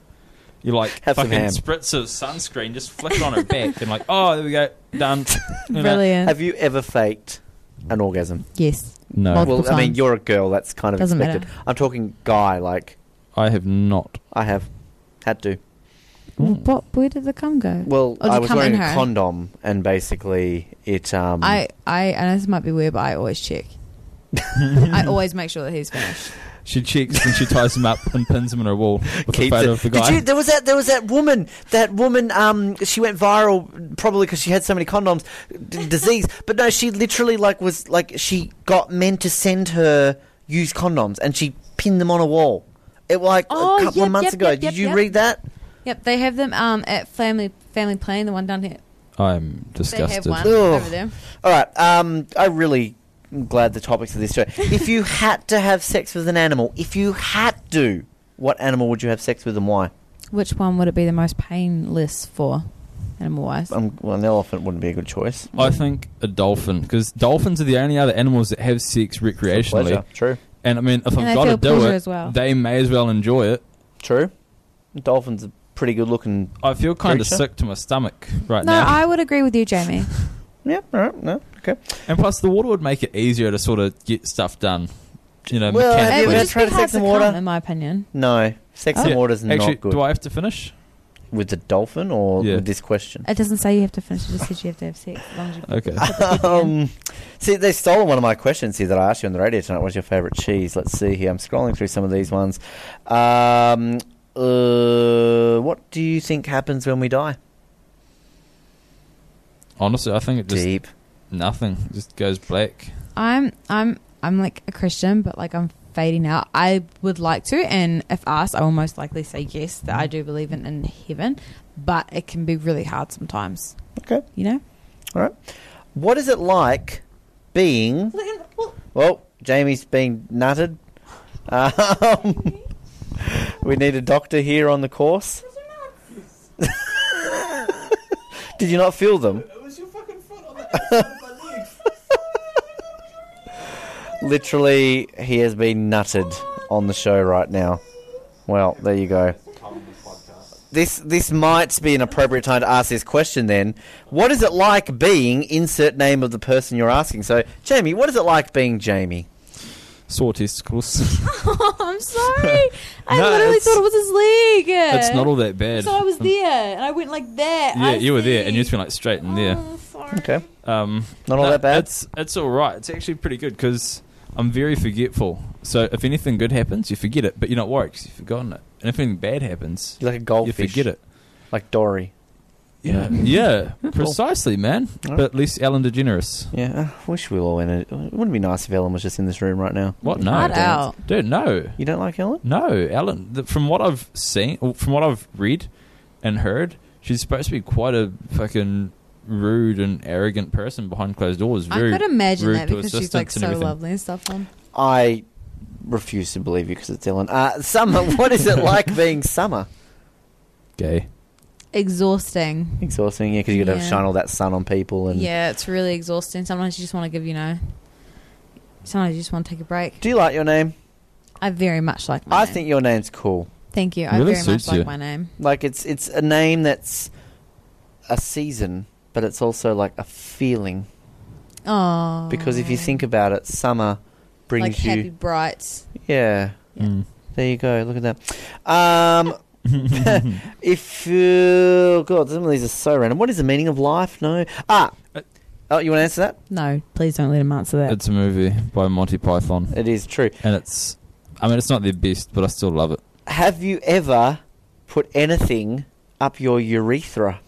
Speaker 3: You like
Speaker 14: Have some
Speaker 3: fucking
Speaker 14: ham.
Speaker 3: spritz of sunscreen, just flick it on her back, and like, oh, there we go, done. You know?
Speaker 4: Brilliant.
Speaker 14: Have you ever faked an orgasm?
Speaker 4: yes.
Speaker 3: No,
Speaker 4: Multiple
Speaker 14: well, I mean,
Speaker 4: times.
Speaker 14: you're a girl. That's kind of
Speaker 4: Doesn't
Speaker 14: expected.
Speaker 4: matter.
Speaker 14: I'm talking guy. Like
Speaker 3: I have not.
Speaker 14: I have had to.
Speaker 3: Mm.
Speaker 4: What? Where did the cum go?
Speaker 14: Well,
Speaker 5: Oh,
Speaker 4: Or did
Speaker 14: I
Speaker 4: it
Speaker 14: was
Speaker 4: come
Speaker 14: wearing
Speaker 4: in
Speaker 14: a
Speaker 4: her?
Speaker 14: condom, and basically it. Um,
Speaker 4: I, I, I know this might be weird, but I always check. I always make sure that he's finished.
Speaker 3: She checks and she ties him up and pins him in her wall with a
Speaker 14: keep
Speaker 3: photo
Speaker 14: it-
Speaker 3: of the
Speaker 14: Did
Speaker 3: guy.
Speaker 14: you, there was that. There was that woman. That woman. Um, she went viral probably because she had so many condoms, d- disease. But no, she literally like was like she got men to send her used condoms, and she pinned them on a wall. It like
Speaker 5: Oh,
Speaker 14: a couple
Speaker 5: yep,
Speaker 14: of months
Speaker 5: yep,
Speaker 14: ago.
Speaker 5: yep,
Speaker 14: Did
Speaker 5: yep,
Speaker 14: you
Speaker 5: yep.
Speaker 14: read that?
Speaker 5: Yep, they have them um, at family family plane, the one down here.
Speaker 3: I'm disgusted.
Speaker 5: They have one
Speaker 14: Ugh.
Speaker 5: over there.
Speaker 14: All right. Um, I really am glad the topics of this show. If you had to have sex with an animal, if you had to, what animal would you have sex with and why?
Speaker 4: Which one would it be the most painless for, animal wise?
Speaker 14: Um, well, an elephant wouldn't be a good choice.
Speaker 3: I think a dolphin because dolphins are the only other animals that have sex recreationally.
Speaker 14: Pleasure. True.
Speaker 3: And I mean, if
Speaker 4: And
Speaker 3: I've
Speaker 4: they
Speaker 3: got to
Speaker 4: feel
Speaker 3: do
Speaker 4: pleasure
Speaker 3: it,
Speaker 4: as well.
Speaker 3: they may as well enjoy it.
Speaker 14: True. Dolphins are pretty good looking.
Speaker 3: I feel kind of
Speaker 14: Creature?
Speaker 3: sick to my stomach right
Speaker 4: no,
Speaker 3: now.
Speaker 4: I would agree with you, Jamie.
Speaker 14: Yep. All right. No. Okay.
Speaker 3: and plus, the water would make it easier to sort of get stuff done. You know,
Speaker 14: Well, have
Speaker 4: it
Speaker 14: you
Speaker 4: would
Speaker 3: mechanically.
Speaker 14: ever
Speaker 4: just
Speaker 14: tried
Speaker 4: be
Speaker 14: to
Speaker 4: hard
Speaker 14: take some
Speaker 4: to
Speaker 14: water?
Speaker 4: cum, in my opinion.
Speaker 14: No. Sex
Speaker 4: Oh.
Speaker 14: and water is
Speaker 3: Ah. Actually,
Speaker 14: not good.
Speaker 3: do I have to finish?
Speaker 14: With the dolphin or
Speaker 3: Yeah.
Speaker 14: with this question?
Speaker 4: It doesn't say you have to finish. It just says you have to have sex. As long as you
Speaker 3: Okay.
Speaker 14: um, see, they've stolen one of my questions here that I asked you on the radio tonight. What's your favourite cheese? Let's see here. I'm scrolling through some of these ones. Um, uh, what do you think happens when we die?
Speaker 3: Honestly, I think it just
Speaker 14: Deep.
Speaker 3: nothing It just goes black.
Speaker 4: I'm I'm I'm like a Christian, but like I'm fading out. I would like to, and if asked, I will most likely say yes that I do believe in in heaven, but it can be really hard sometimes.
Speaker 14: Okay.
Speaker 4: You know,
Speaker 14: All right. What is it like being? Well, Jamie's being nutted. Um, we need a doctor here on the course. Did you not feel them?
Speaker 12: It was your fucking foot on the outside of my leg.
Speaker 14: Literally, he has been nutted on the show right now. Well, there you go. This this might be an appropriate time to ask this question. Then, what is it like being insert name of the person you're asking? So, Jamie, what is it like being Jamie?
Speaker 3: Sore testicles.
Speaker 5: oh, I'm sorry. I
Speaker 3: No,
Speaker 5: literally
Speaker 3: it's-
Speaker 5: thought it was his leg.
Speaker 3: it's not all that bad.
Speaker 5: So I was
Speaker 3: Um,
Speaker 5: there, and I went like that.
Speaker 3: Yeah,
Speaker 5: I Oh.
Speaker 3: you were there, and you just went like straight in there.
Speaker 2: Oh,
Speaker 14: Okay.
Speaker 3: Um,
Speaker 14: Not all that bad?
Speaker 3: It's it's all right. It's actually pretty good because I'm very forgetful. So if anything good happens, you forget it, but you're not worried 'cause you've forgotten it. And if anything bad happens,
Speaker 14: You're like a goldfish.
Speaker 3: you forget it.
Speaker 14: Like Dory.
Speaker 3: Yeah, yeah,
Speaker 14: Cool.
Speaker 3: precisely, man.
Speaker 14: All right.
Speaker 3: But at least Ellen DeGeneres.
Speaker 14: Yeah, I wish we were all in it. It wouldn't be nice if Ellen was just in this room right now.
Speaker 3: What? No,
Speaker 14: Not
Speaker 3: dude.
Speaker 14: out.
Speaker 3: dude. No,
Speaker 14: you don't like Ellen.
Speaker 3: No, Ellen. th from what I've seen, or from what I've read and heard, she's supposed to be quite a fucking rude and arrogant person behind closed doors.
Speaker 4: I
Speaker 3: Very
Speaker 4: could imagine
Speaker 3: rude
Speaker 4: that
Speaker 3: to
Speaker 4: because she's like
Speaker 3: assistants and
Speaker 4: so
Speaker 3: everything.
Speaker 4: lovely and stuff. um, On
Speaker 14: I refuse to believe you because it's Ellen. Uh, summer, what is it like being summer?
Speaker 3: Gay.
Speaker 4: exhausting.
Speaker 14: Exhausting, yeah, because you got to
Speaker 4: Yeah.
Speaker 14: shine all that sun on people. and
Speaker 4: Yeah, it's really exhausting. Sometimes you just want to give, you know, sometimes you just want to take a break.
Speaker 14: Do you like your name?
Speaker 4: I very much like my
Speaker 14: I
Speaker 4: name.
Speaker 14: think your name's cool.
Speaker 4: Thank you. I
Speaker 14: Really
Speaker 4: very much
Speaker 14: suits
Speaker 4: like
Speaker 14: you.
Speaker 4: my name.
Speaker 14: Like it's it's a name that's a season, but it's also like a feeling.
Speaker 4: Oh.
Speaker 14: Because if you think about it, summer brings
Speaker 4: like
Speaker 14: you
Speaker 4: happy bright.
Speaker 14: Yeah. There you go. Look at that. Um,
Speaker 3: Mm.
Speaker 14: if you God, some of these are so random. What is the meaning of life? No. Ah. Oh, you want to answer that?
Speaker 4: No, please don't let him answer that.
Speaker 3: It's a movie by Monty Python.
Speaker 14: It is true,
Speaker 3: and it's. I mean, it's not their best, but I still love it.
Speaker 14: Have you ever put anything up your urethra?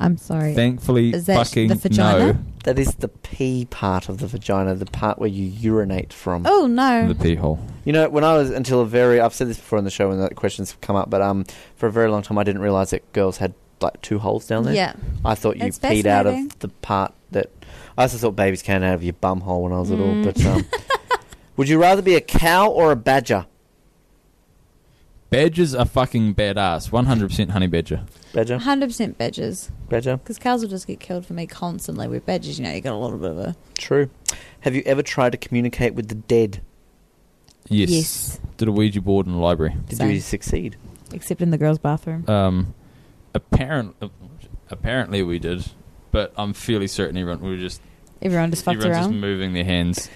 Speaker 4: I'm sorry.
Speaker 3: Thankfully,
Speaker 4: Is that sh-
Speaker 3: fucking
Speaker 4: the vagina?
Speaker 3: no.
Speaker 14: That is the pee part of the vagina, the part where you urinate from.
Speaker 4: Oh no.
Speaker 3: The pee hole.
Speaker 14: You know, when I was until a very I've said this before on the show when the questions come up, but um, for a very long time I didn't realize that girls had like two holes down there.
Speaker 4: Yeah.
Speaker 14: I thought you
Speaker 4: It's
Speaker 14: peed out
Speaker 4: fascinating.
Speaker 14: of the part that I also thought babies came out of your bum hole when I was little.
Speaker 4: Mm.
Speaker 14: But um, would you rather be a cow or a badger?
Speaker 3: Badgers are fucking badass. One hundred percent honey badger.
Speaker 14: Badger.
Speaker 4: Hundred percent badgers.
Speaker 14: Badger.
Speaker 4: Because cows will just get killed for me constantly with badgers. You know, you got a little bit of a.
Speaker 14: True. Have you ever tried to communicate with the dead?
Speaker 3: Yes.
Speaker 4: Yes.
Speaker 3: Did a Ouija board in the library.
Speaker 14: Did you succeed?
Speaker 4: Except in the girls' bathroom.
Speaker 3: Um, apparent, apparently we did, but I'm fairly certain everyone we were just
Speaker 4: Everyone just fucked
Speaker 3: everyone's
Speaker 4: around.
Speaker 3: just moving their hands.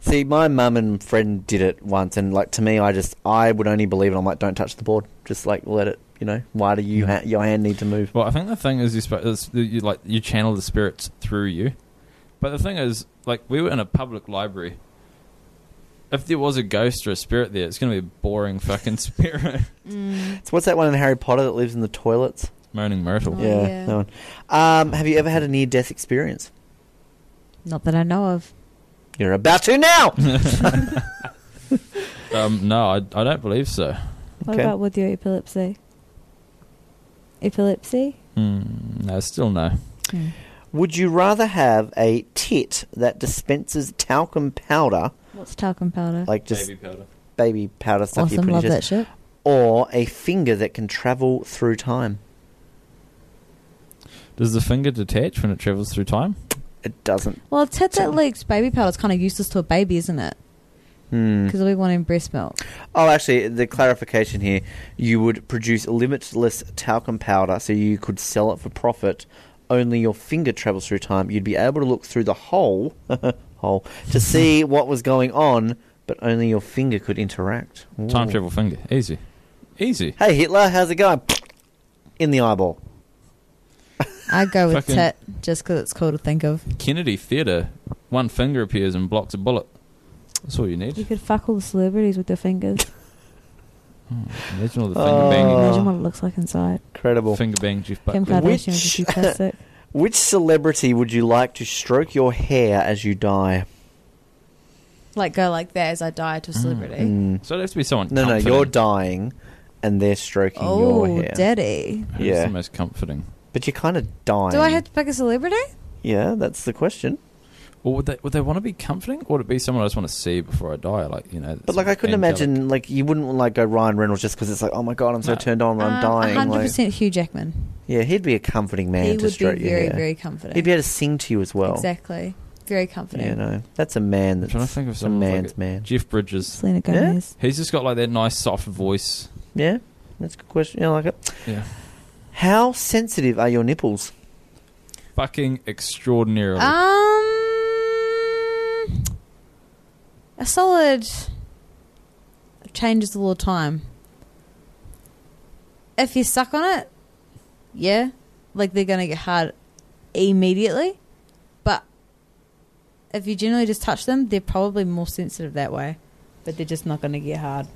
Speaker 14: See, my mum and friend did it once, and like to me, I just I would only believe it. I'm like, don't touch the board. Just like let it. You know, why do you ha- your hand need to move?
Speaker 3: Well, I think the thing is, you, sp- is that you like you channel the spirits through you, but the thing is, like we were in a public library. If there was a ghost or a spirit there, it's going to be a boring fucking spirit.
Speaker 4: Mm.
Speaker 14: So what's that one in Harry Potter that lives in the toilets?
Speaker 3: Moaning Myrtle.
Speaker 14: yeah,
Speaker 4: Oh, yeah.
Speaker 14: that one. Um, have you ever had a near death experience?
Speaker 4: Not that I know of.
Speaker 14: You're about to now.
Speaker 3: um, no, I, I don't believe so.
Speaker 2: What about with your epilepsy? Epilepsy?
Speaker 3: Mm, no, still no. Hmm.
Speaker 14: Would you rather have a tit that dispenses talcum powder,
Speaker 4: What's talcum powder?
Speaker 14: like just
Speaker 3: Baby powder.
Speaker 14: baby powder stuff you
Speaker 4: Awesome,
Speaker 14: put in your
Speaker 4: love
Speaker 14: chest,
Speaker 4: that shit.
Speaker 14: or a finger that can travel through time?
Speaker 3: Does the finger detach when it travels through time?
Speaker 14: It doesn't.
Speaker 4: Well, a tit that leaks baby powder is kind of useless to a baby, isn't it?
Speaker 14: Hmm.
Speaker 4: Because we want in breast milk.
Speaker 14: Oh, actually, the clarification here: you would produce limitless talcum powder, so you could sell it for profit. Only your finger travels through time. You'd be able to look through the hole, hole, to see what was going on, but only your finger could interact.
Speaker 3: Time
Speaker 14: Ooh.
Speaker 3: travel finger. Easy. Easy.
Speaker 14: Hey Hitler, how's it going? In the eyeball.
Speaker 4: I'd go with
Speaker 3: Fucking-
Speaker 4: tit just because it's cool to think of.
Speaker 3: Kennedy Theatre. One finger appears and blocks a bullet. That's all you
Speaker 2: You
Speaker 3: need.
Speaker 2: could fuck all the celebrities with your fingers.
Speaker 3: Imagine all the finger banging.
Speaker 2: Imagine what it looks like inside.
Speaker 14: Oh, Incredible.
Speaker 3: Finger bang Jeff
Speaker 2: Kim
Speaker 3: Buckley.
Speaker 2: Kardashian was just fantastic.
Speaker 14: Which celebrity would you like to stroke your hair as you die?
Speaker 4: Like go like that as I die to a celebrity.
Speaker 14: Mm.
Speaker 3: So it has to be someone.
Speaker 14: No, no,
Speaker 3: comforting.
Speaker 14: you're dying, and they're stroking your
Speaker 4: Oh,
Speaker 14: hair.
Speaker 4: daddy.
Speaker 3: Who's
Speaker 14: Yeah.
Speaker 3: the most comforting?
Speaker 14: But you're kind of dying.
Speaker 4: Do I have to pick a celebrity?
Speaker 14: Yeah, that's the question.
Speaker 3: Or would they would they want to be comforting, or would it be someone I just want to see before I die? Like you know.
Speaker 14: But like, I couldn't imagine like you wouldn't like go Ryan Reynolds just because it's like, oh my god, I'm so
Speaker 3: No.
Speaker 14: turned on, I'm
Speaker 4: Uh,
Speaker 14: dying.
Speaker 4: 100%
Speaker 14: Like,
Speaker 4: Hugh Jackman.
Speaker 14: yeah, he'd be a comforting man
Speaker 4: He
Speaker 14: to
Speaker 4: would be
Speaker 14: stroke your
Speaker 4: very,
Speaker 14: hair.
Speaker 4: very comforting.
Speaker 14: He'd be able to sing to you as well.
Speaker 4: Exactly. Very confident.
Speaker 14: You know, that's a man.
Speaker 3: I'm
Speaker 14: That's
Speaker 3: trying to think of
Speaker 14: a
Speaker 3: someone
Speaker 14: man's
Speaker 3: like
Speaker 14: man.
Speaker 3: Jeff Bridges.
Speaker 2: Selena Gomez.
Speaker 3: He's just got like that nice soft voice.
Speaker 14: Yeah, that's a good question. Yeah, I like it.
Speaker 3: Yeah.
Speaker 14: How sensitive are your
Speaker 4: Ah,
Speaker 14: nipples?
Speaker 2: Um,
Speaker 3: Fucking extraordinarily.
Speaker 4: Um,
Speaker 2: a solid changes all the time. If you suck on it, yeah, like they're gonna get hard immediately. But if you generally just touch them, they're probably more sensitive that way. But they're just not gonna get hard.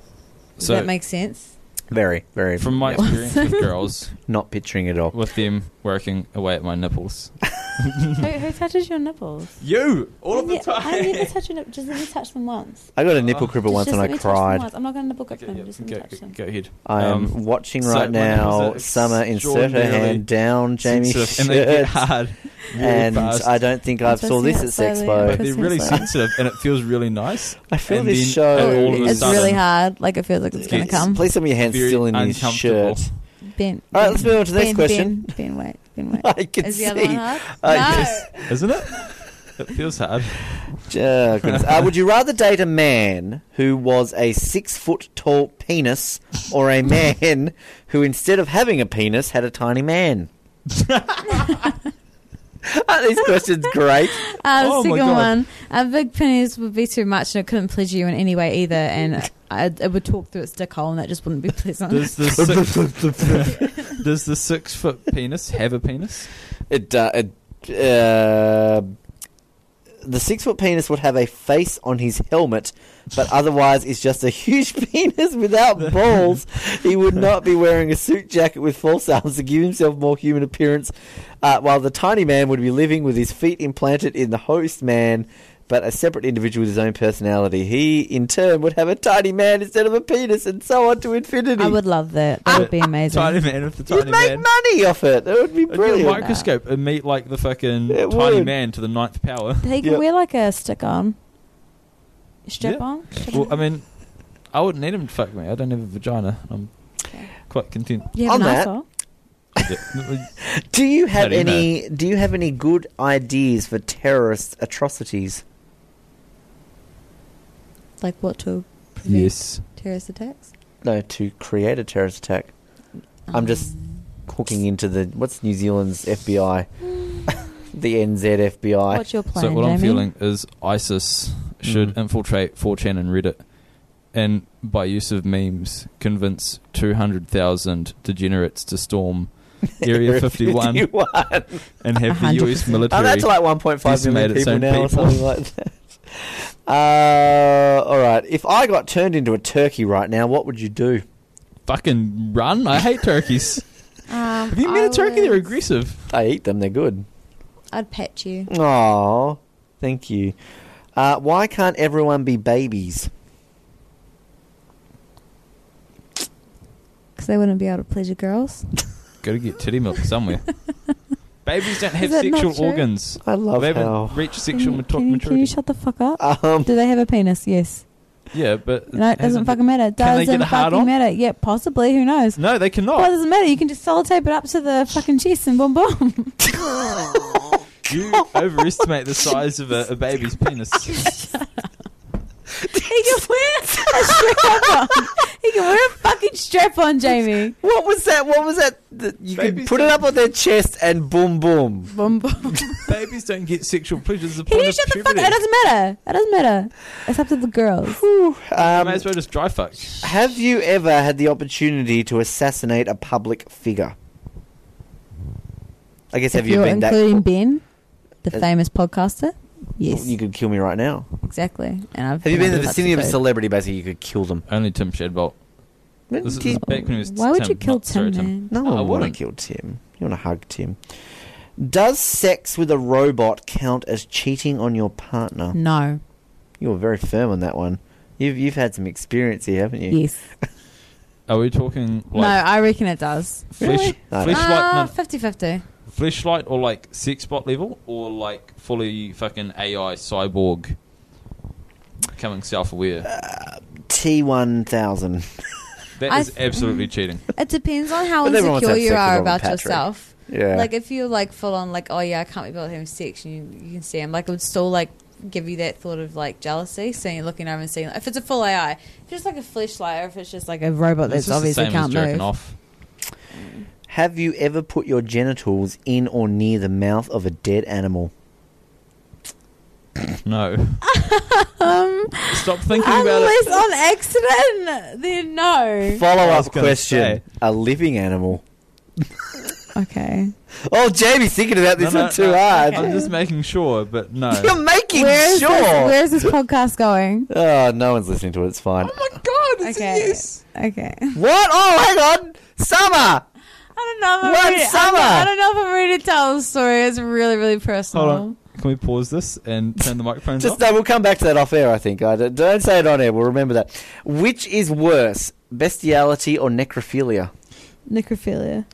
Speaker 2: Does
Speaker 14: So-
Speaker 2: that make sense?
Speaker 14: Very, very.
Speaker 3: From my experience with girls,
Speaker 14: not picturing it all
Speaker 3: with them working away at my nipples.
Speaker 4: who, who touches your nipples?
Speaker 3: you all of the
Speaker 4: Yeah,
Speaker 3: time.
Speaker 4: I never touch your nipples. Just let me touch them once.
Speaker 14: I got a nipple cripple
Speaker 4: Just-
Speaker 14: once
Speaker 4: just
Speaker 14: and
Speaker 4: let
Speaker 14: I
Speaker 4: me touch them
Speaker 14: cried.
Speaker 4: once. I'm not going to nipple grip them. Just let me touch them.
Speaker 3: Go ahead.
Speaker 14: I am
Speaker 3: Um,
Speaker 14: watching
Speaker 3: so
Speaker 14: right
Speaker 3: my nipples
Speaker 14: now.
Speaker 3: are
Speaker 14: Summer insert her
Speaker 3: extraordinarily
Speaker 14: hand down Jamie's shirt,
Speaker 3: sensitive and they get hard really
Speaker 14: and
Speaker 3: fast.
Speaker 14: I don't think I've saw this at Sexpo.
Speaker 3: But they're really sensitive, and it feels really nice. I
Speaker 14: feel this show
Speaker 3: all of a
Speaker 14: is-
Speaker 4: It's
Speaker 3: sudden,
Speaker 4: really hard. Like it feels like it's going to
Speaker 3: Yes.
Speaker 4: come.
Speaker 14: Please tell me your hand's
Speaker 3: Very
Speaker 14: still in his
Speaker 3: uncomfortable.
Speaker 14: shirt.
Speaker 4: Ben.
Speaker 14: All right, let's move on to the next
Speaker 4: Ben,
Speaker 14: question.
Speaker 4: Ben, ben, wait. Ben, wait.
Speaker 14: I can
Speaker 4: Is
Speaker 14: see.
Speaker 4: the other one hard?
Speaker 14: I
Speaker 4: no.
Speaker 14: just-
Speaker 3: isn't it? It feels hard.
Speaker 14: Oh, goodness. uh, would you rather date a man who was a six foot tall penis or a man who, instead of having a penis, had a tiny man? Aren't these questions great?
Speaker 2: Uh, the
Speaker 14: Oh my
Speaker 2: second
Speaker 14: God.
Speaker 2: one, a big penis would be too much, and it couldn't pleasure you in any way either, and I, it would talk through its dick hole, and that just wouldn't be pleasant.
Speaker 3: Does the six, does the six foot penis have a penis?
Speaker 14: It, uh, it uh, the six foot penis would have a face on his helmet, but otherwise it's just a huge penis without balls. He would not be wearing a suit jacket with false arms to give himself more human appearance, uh, while the tiny man would be living with his feet implanted in the host man. But a separate individual with his own personality. He, in turn, would have a tiny man instead of a penis, and so on to infinity.
Speaker 4: I would love that. That would be amazing.
Speaker 3: Tiny man with the
Speaker 14: You'd
Speaker 3: tiny
Speaker 14: make
Speaker 3: man.
Speaker 14: money off it. It would be
Speaker 3: It'd be a
Speaker 14: brilliant.
Speaker 3: microscope and meet like the fucking tiny
Speaker 14: would.
Speaker 3: man to the ninth power.
Speaker 4: He can wear like a stick on. Strip on? Strip
Speaker 3: Well,
Speaker 4: on?
Speaker 3: I mean, I wouldn't need him to fuck me. I don't have a vagina. I'm quite content.
Speaker 4: You have
Speaker 14: On
Speaker 4: an
Speaker 14: that-
Speaker 4: asshole?
Speaker 14: Do you have
Speaker 3: How do you
Speaker 14: any? Do you have any good ideas for terrorist atrocities?
Speaker 4: Like what to prevent
Speaker 3: Yes.
Speaker 4: terrorist attacks?
Speaker 14: No, to create a terrorist attack. I'm just hooking into the what's New Zealand's FBI, the NZ FBI.
Speaker 4: What's your plan,
Speaker 3: so what I'm
Speaker 4: Jamie?
Speaker 3: feeling is ISIS should
Speaker 14: Mm.
Speaker 3: infiltrate 4chan and Reddit, and by use of memes, convince 200,000 degenerates to storm Area 51,
Speaker 14: 51.
Speaker 3: and have the US
Speaker 14: 100%.
Speaker 3: military.
Speaker 14: Oh, that's like 1.5 million
Speaker 3: decimate its
Speaker 14: people
Speaker 3: own
Speaker 14: now or
Speaker 3: people.
Speaker 14: something like that. Uh, all right. If I got turned into a turkey right now, what would you do?
Speaker 3: Fucking run! I hate turkeys.
Speaker 2: Um,
Speaker 3: Have you met a turkey? They're aggressive.
Speaker 14: I eat them. They're good.
Speaker 2: I'd pet you.
Speaker 14: Oh, thank you. Uh, why can't everyone be babies?
Speaker 4: Because they wouldn't be able to pleasure girls.
Speaker 3: Got to get titty milk somewhere. Babies don't have
Speaker 4: Is that not
Speaker 3: sexual
Speaker 4: true?
Speaker 3: organs.
Speaker 14: I love
Speaker 3: they haven't
Speaker 14: how-
Speaker 3: reached sexual
Speaker 4: Can you-
Speaker 3: matur-
Speaker 4: can you, can
Speaker 3: maturity.
Speaker 4: you shut the fuck up?
Speaker 14: Um,
Speaker 4: Do they have a penis? Yes.
Speaker 3: Yeah, but
Speaker 4: No, it doesn't
Speaker 3: hasn't-
Speaker 4: fucking matter. It
Speaker 3: Can they
Speaker 4: doesn't
Speaker 3: get a hard
Speaker 4: fucking
Speaker 3: on?
Speaker 4: matter. Yeah, possibly. Who knows?
Speaker 3: No, they cannot.
Speaker 4: Well, it doesn't matter. You can just sellotape it up to the fucking chest and boom, boom.
Speaker 3: You overestimate the size of a, a baby's penis.
Speaker 4: he can wear a strap on. He can wear a fucking strap on, Jamie.
Speaker 14: What was that? What was that? You can put it up on their chest and boom, boom.
Speaker 4: Boom, boom.
Speaker 3: Babies don't get sexual pleasures.
Speaker 4: Can you shut the fuck up? It doesn't matter. It doesn't matter. It's up to the girls.
Speaker 3: I
Speaker 14: Um,
Speaker 3: may as well just dry fuck.
Speaker 14: have you ever had the opportunity to assassinate a public figure? I guess
Speaker 4: if
Speaker 14: have you
Speaker 4: you're
Speaker 14: been that?
Speaker 4: including Ben, the
Speaker 14: Uh,
Speaker 4: famous podcaster? Yes,
Speaker 14: You could kill me right now.
Speaker 4: exactly. And I've
Speaker 14: Have you been in the
Speaker 4: lots
Speaker 14: vicinity of a
Speaker 4: food.
Speaker 14: celebrity? Basically, you could kill them.
Speaker 3: Only Tim Shadbolt.
Speaker 14: But
Speaker 3: This
Speaker 14: do
Speaker 3: is
Speaker 14: you-
Speaker 3: back when he was
Speaker 4: Why would you
Speaker 3: Tim,
Speaker 4: kill
Speaker 3: not- sorry,
Speaker 4: Tim, man?
Speaker 14: No,
Speaker 3: I
Speaker 14: I want to
Speaker 3: wouldn't.
Speaker 14: kill Tim. You want to hug Tim. Does sex with a robot count as cheating on your partner?
Speaker 16: No.
Speaker 14: You were very firm on that one. You've you've had some experience here, haven't you?
Speaker 4: Yes.
Speaker 3: Are we talking
Speaker 16: No,
Speaker 3: like
Speaker 16: I reckon it does.
Speaker 3: flesh,
Speaker 14: No,
Speaker 3: fleshlight,
Speaker 4: Uh,
Speaker 16: Ah,
Speaker 3: no,
Speaker 16: 50-50.
Speaker 3: fleshlight or like sex bot level or like fully fucking AI cyborg becoming self-aware?
Speaker 14: T one thousand.
Speaker 3: that
Speaker 16: I
Speaker 3: is
Speaker 4: Mm.
Speaker 3: absolutely cheating.
Speaker 16: It depends on how
Speaker 14: But everyone wants to
Speaker 16: insecure you
Speaker 14: have sex with
Speaker 16: are
Speaker 14: Robert
Speaker 16: about
Speaker 14: Patrick.
Speaker 16: yourself.
Speaker 14: Yeah.
Speaker 16: Like if you're like full on like, oh yeah, I can't be bothered having sex, and you, you can see him. Like it would still like give you that thought of like jealousy, seeing looking over and seeing. If it's a full AI, if it's just like a fleshlight, or if it's just like a robot
Speaker 3: It's
Speaker 16: that's
Speaker 3: just the
Speaker 16: obviously
Speaker 3: same as
Speaker 16: can't
Speaker 3: jerking
Speaker 16: move.
Speaker 3: off.
Speaker 14: Have you ever put your genitals in or near the mouth of a dead animal?
Speaker 3: No.
Speaker 4: Um,
Speaker 3: Stop thinking about
Speaker 4: unless
Speaker 3: it.
Speaker 4: on accident, then no.
Speaker 14: Follow
Speaker 3: I
Speaker 14: up
Speaker 3: was gonna
Speaker 14: question:
Speaker 3: say.
Speaker 14: A living animal.
Speaker 4: okay.
Speaker 14: Oh, Jamie's thinking about this
Speaker 3: No, no,
Speaker 14: one too
Speaker 3: no.
Speaker 14: hard.
Speaker 3: I'm just making sure, but no.
Speaker 4: Oh
Speaker 14: You're making
Speaker 4: Where is
Speaker 14: sure.
Speaker 4: this- where is this podcast going?
Speaker 14: Oh, no one's listening to it. It's fine.
Speaker 4: God, it's okay. Okay.
Speaker 14: What? Oh, hang on. Summer.
Speaker 4: I don't know. If I'm
Speaker 14: What
Speaker 4: ready, I'm
Speaker 14: summer?
Speaker 4: not- I don't know if I'm ready to tell the story. It's really, really personal.
Speaker 3: Hold on. Can we pause this and turn the microphones
Speaker 14: Just
Speaker 3: off?
Speaker 14: no, we'll come back to that off air. I think. I don't, don't say it on air. We'll remember that. Which is worse, bestiality or necrophilia?
Speaker 17: Necrophilia.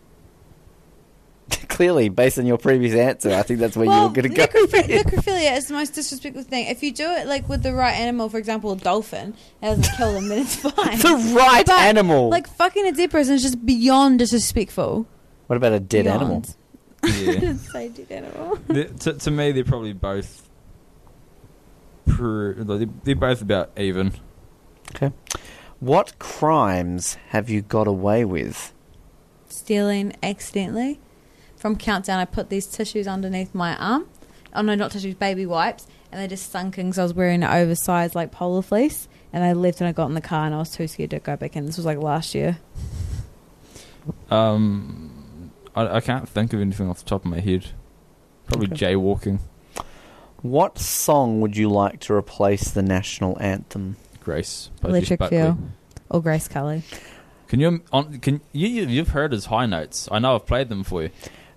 Speaker 14: Clearly, based on your previous answer, I think that's where you
Speaker 4: Well,
Speaker 14: were going to go.
Speaker 4: necrophi- necrophilia is the most disrespectful thing. If you do it like with the right animal, for example, a dolphin, it doesn't kill them, then it's fine.
Speaker 14: The right
Speaker 4: But,
Speaker 14: animal.
Speaker 4: like fucking a dead person, is just beyond disrespectful.
Speaker 14: what about a dead
Speaker 4: Beyond.
Speaker 14: animal?
Speaker 4: I
Speaker 3: Yeah.
Speaker 4: didn't say dead animal.
Speaker 3: The- to, to me, they're probably both. Pr- they're they're both about even.
Speaker 14: Okay. What crimes have you got away with?
Speaker 4: Stealing accidentally from Countdown, I put these tissues underneath my arm. Oh no, not tissues, baby wipes, and they just sunk in because I was wearing an oversized like polar fleece. And I left and I got in the car and I was too scared to go back in. This was like last year.
Speaker 3: Um, I, I can't think of anything off the top of my head. Probably jaywalking.
Speaker 14: What song would you like to replace the national anthem?
Speaker 3: Grace. by Jeff
Speaker 4: Electric
Speaker 3: Buckley.
Speaker 4: Feel or Grace Kelly.
Speaker 3: Can you on, can you you- you've heard his high notes? I know I've played them for you.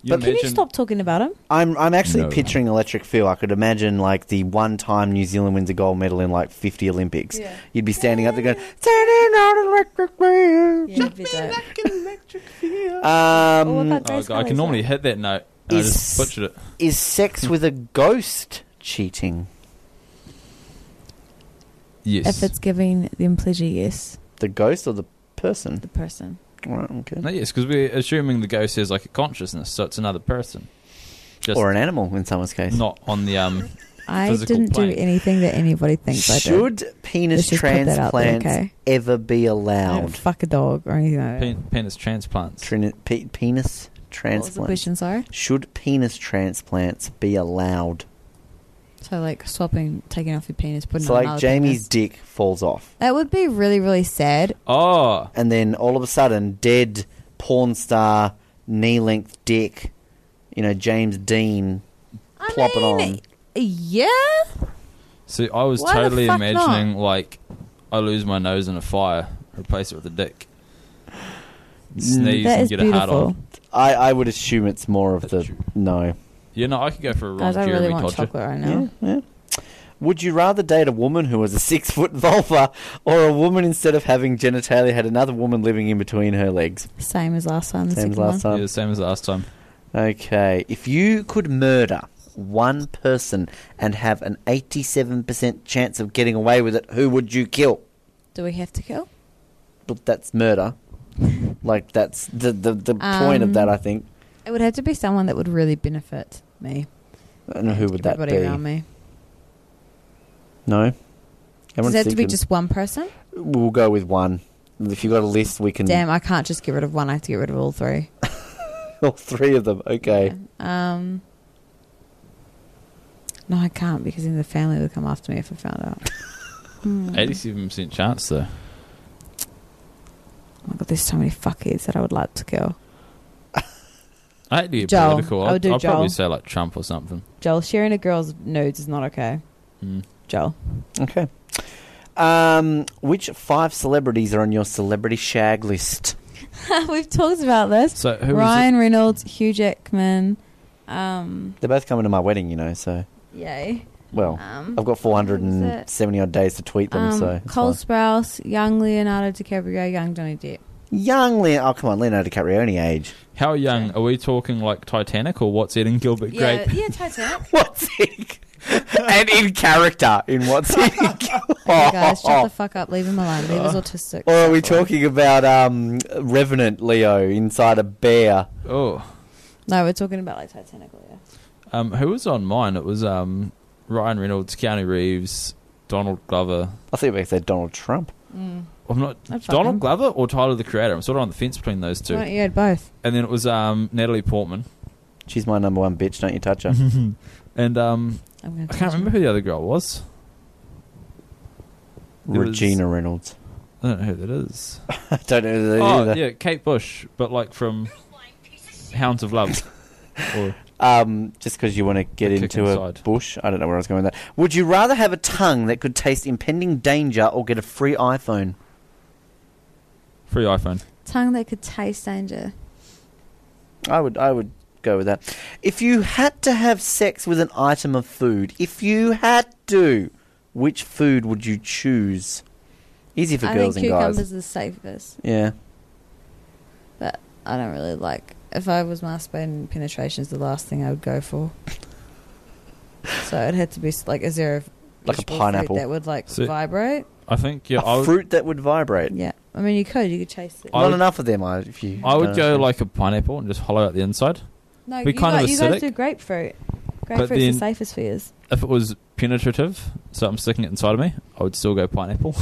Speaker 3: you
Speaker 4: But can you
Speaker 3: imagine-
Speaker 4: stop talking about him?
Speaker 14: I'm I'm actually
Speaker 3: No.
Speaker 14: picturing electric feel. I could imagine like the one time New Zealand wins a gold medal in like 50 Olympics.
Speaker 4: Yeah.
Speaker 14: You'd be standing up there going,
Speaker 18: Turning on electric wheel.
Speaker 4: Yeah, you'd be dope.
Speaker 14: um,
Speaker 3: Oh, God, I can normally hit that note. and I
Speaker 14: Is-
Speaker 3: just butchered it.
Speaker 14: is sex with a ghost cheating?
Speaker 3: Yes.
Speaker 4: If it's giving them pleasure, yes,
Speaker 14: The ghost or the person?
Speaker 4: the person.
Speaker 14: Right, okay.
Speaker 3: No, yes, because we're assuming the ghost has like a consciousness, so it's another person, just
Speaker 14: Or an animal in someone's case.
Speaker 3: not on the um.
Speaker 4: I
Speaker 3: physical
Speaker 4: didn't
Speaker 3: plane.
Speaker 4: do anything that anybody thinks I did.
Speaker 14: Should penis
Speaker 4: Let's just put that out there,
Speaker 14: transplants
Speaker 4: okay?
Speaker 14: ever be
Speaker 4: I didn't
Speaker 14: allowed?
Speaker 4: fuck a dog or anything like that.
Speaker 3: Pen- penis transplants.
Speaker 14: Trini- pe- penis
Speaker 4: What was the
Speaker 14: transplants.
Speaker 4: question? Sorry.
Speaker 14: Should penis transplants be allowed?
Speaker 4: So like swapping, taking off your penis, putting
Speaker 14: So
Speaker 4: on
Speaker 14: like
Speaker 4: another
Speaker 14: Jamie's
Speaker 4: penis.
Speaker 14: dick falls off.
Speaker 4: That would be really, really sad.
Speaker 3: Oh,
Speaker 14: and then all of a sudden, dead porn star, knee length dick, you know, James Dean,
Speaker 4: I
Speaker 14: plop it on.
Speaker 4: mean, Yeah.
Speaker 3: see, I was
Speaker 4: Why the
Speaker 3: totally
Speaker 4: fuck not?
Speaker 3: imagining like I lose my nose in a fire, replace it with a dick, sneeze
Speaker 4: Mm, That
Speaker 3: and
Speaker 4: is
Speaker 3: get a hard
Speaker 4: beautiful.
Speaker 3: on.
Speaker 14: I, I would assume it's more of the no.
Speaker 3: You know, I could go for a Ron
Speaker 4: Guys, I
Speaker 3: Jeremy
Speaker 4: really want
Speaker 3: Todger.
Speaker 4: chocolate right now.
Speaker 14: Yeah. Would you rather date a woman who was a six foot vulva or a woman instead of having genitalia had another woman living in between her legs?
Speaker 4: Same as last time. The
Speaker 14: Same as
Speaker 4: second
Speaker 14: last
Speaker 4: one.
Speaker 14: time.
Speaker 3: Yeah, same as last time.
Speaker 14: Okay. If you could murder one person and have an 87% chance of getting away with it, who would you kill?
Speaker 4: Do we have to kill?
Speaker 14: But that's murder. like, that's the, the, the point of
Speaker 4: Um,
Speaker 14: that, I think.
Speaker 4: It would have to be someone that would really benefit me.
Speaker 14: I don't know who would that
Speaker 4: everybody
Speaker 14: be.
Speaker 4: around me.
Speaker 14: No.
Speaker 4: Does
Speaker 14: Everyone's
Speaker 4: it have to be
Speaker 14: thinking-
Speaker 4: just one person?
Speaker 14: We'll go with one. If you got a list, we can.
Speaker 4: Damn, I can't just get rid of one. I have to get rid of all three.
Speaker 14: All three of them. Okay.
Speaker 4: Um, no, I can't because then the family would come after me if I found out. Hmm.
Speaker 3: Eighty-seven percent chance
Speaker 4: Oh
Speaker 3: though.
Speaker 4: my god, there's so many fuckheads that I would like to kill.
Speaker 3: I hate to get
Speaker 4: Joel.
Speaker 3: political.
Speaker 4: I would
Speaker 3: I'd,
Speaker 4: do
Speaker 3: I'd probably
Speaker 4: Joel.
Speaker 3: say like Trump or something.
Speaker 4: Joel, sharing a girl's nudes is not okay.
Speaker 3: Mm.
Speaker 4: Joel.
Speaker 14: Okay. Um, which five celebrities are on your celebrity shag list?
Speaker 4: We've talked about this.
Speaker 3: So who is it?
Speaker 4: Ryan Reynolds, Hugh Jackman. Um,
Speaker 14: They're both coming to my wedding, you know. So,
Speaker 4: yay.
Speaker 14: well,
Speaker 4: Um,
Speaker 14: Oh. I've got four hundred and seventy odd days to tweet them.
Speaker 4: um,
Speaker 14: so, it's
Speaker 4: Cole
Speaker 14: fine.
Speaker 4: Sprouse, young Leonardo DiCaprio, young Johnny Depp.
Speaker 14: young Leonardo. Oh, come on, Leonardo DiCaprio, any age?
Speaker 3: How young are we talking? Like Titanic or what's eating Gilbert
Speaker 4: Yeah,
Speaker 3: Grape?
Speaker 4: yeah, Titanic.
Speaker 14: What's he? and in character, in what's he?
Speaker 4: Hey guys, shut the fuck up. Leave him alone. Leave his autistic.
Speaker 14: Or Oh, are we
Speaker 4: stuff alone.
Speaker 14: talking about um, Revenant Leo inside a bear?
Speaker 3: Oh,
Speaker 4: No, we're talking about like Titanic. oh, Yeah.
Speaker 3: um, who was on mine? It was um, Ryan Reynolds, Keanu Reeves, Donald Glover.
Speaker 14: I think we said Donald Trump.
Speaker 4: Mm.
Speaker 3: I'm not
Speaker 4: I'd fuck
Speaker 3: Donald
Speaker 4: him.
Speaker 3: Glover or Tyler the Creator. I'm sort of on the fence between those two.
Speaker 4: Why don't you add both?
Speaker 3: And then it was um, Natalie Portman Mm-hmm.
Speaker 14: She's my number one bitch. Don't you touch her.
Speaker 3: and um,
Speaker 4: I'm gonna
Speaker 3: I can't remember who the other girl was. There was-
Speaker 14: Regina Reynolds.
Speaker 3: I don't know who that is.
Speaker 14: I don't know who that
Speaker 3: oh,
Speaker 14: either.
Speaker 3: yeah, Kate Bush, but like from Hounds of Love. or
Speaker 14: Um, just because you want to get
Speaker 3: kick
Speaker 14: into a bush. I don't know where I was going with that. Would you rather have a tongue that could taste impending danger or get a free iPhone?
Speaker 3: Free iPhone.
Speaker 4: tongue that could taste danger.
Speaker 14: I would I would go with that. If you had to have sex with an item of food, if you had to, which food would you choose? Easy for
Speaker 4: I
Speaker 14: girls
Speaker 4: think
Speaker 14: and
Speaker 4: cucumbers
Speaker 14: guys.
Speaker 4: the safest,
Speaker 14: Yeah.
Speaker 4: but I don't really like. If I was masturbating, penetration is the last thing I would go for. so it had to be s- like, is there a
Speaker 14: Like a
Speaker 4: vegetable fruit
Speaker 14: pineapple.
Speaker 4: that would like
Speaker 14: So-
Speaker 4: vibrate?
Speaker 3: I think yeah,
Speaker 14: A
Speaker 3: I would,
Speaker 14: fruit that would vibrate.
Speaker 4: Yeah, I mean you could, you could chase it.
Speaker 3: I
Speaker 14: Not
Speaker 3: would-
Speaker 14: enough of them. I, if you,
Speaker 3: I would
Speaker 14: don't
Speaker 3: go
Speaker 14: know.
Speaker 3: like a pineapple and just hollow out the inside.
Speaker 4: No,
Speaker 3: Be
Speaker 4: you,
Speaker 3: kind
Speaker 4: guys,
Speaker 3: of
Speaker 4: you
Speaker 3: acidic.
Speaker 4: guys do grapefruit.
Speaker 3: But
Speaker 4: Grapefruit's the
Speaker 3: then-
Speaker 4: safest for you.
Speaker 3: If it was penetrative, so I'm sticking it inside of me, I would still go pineapple.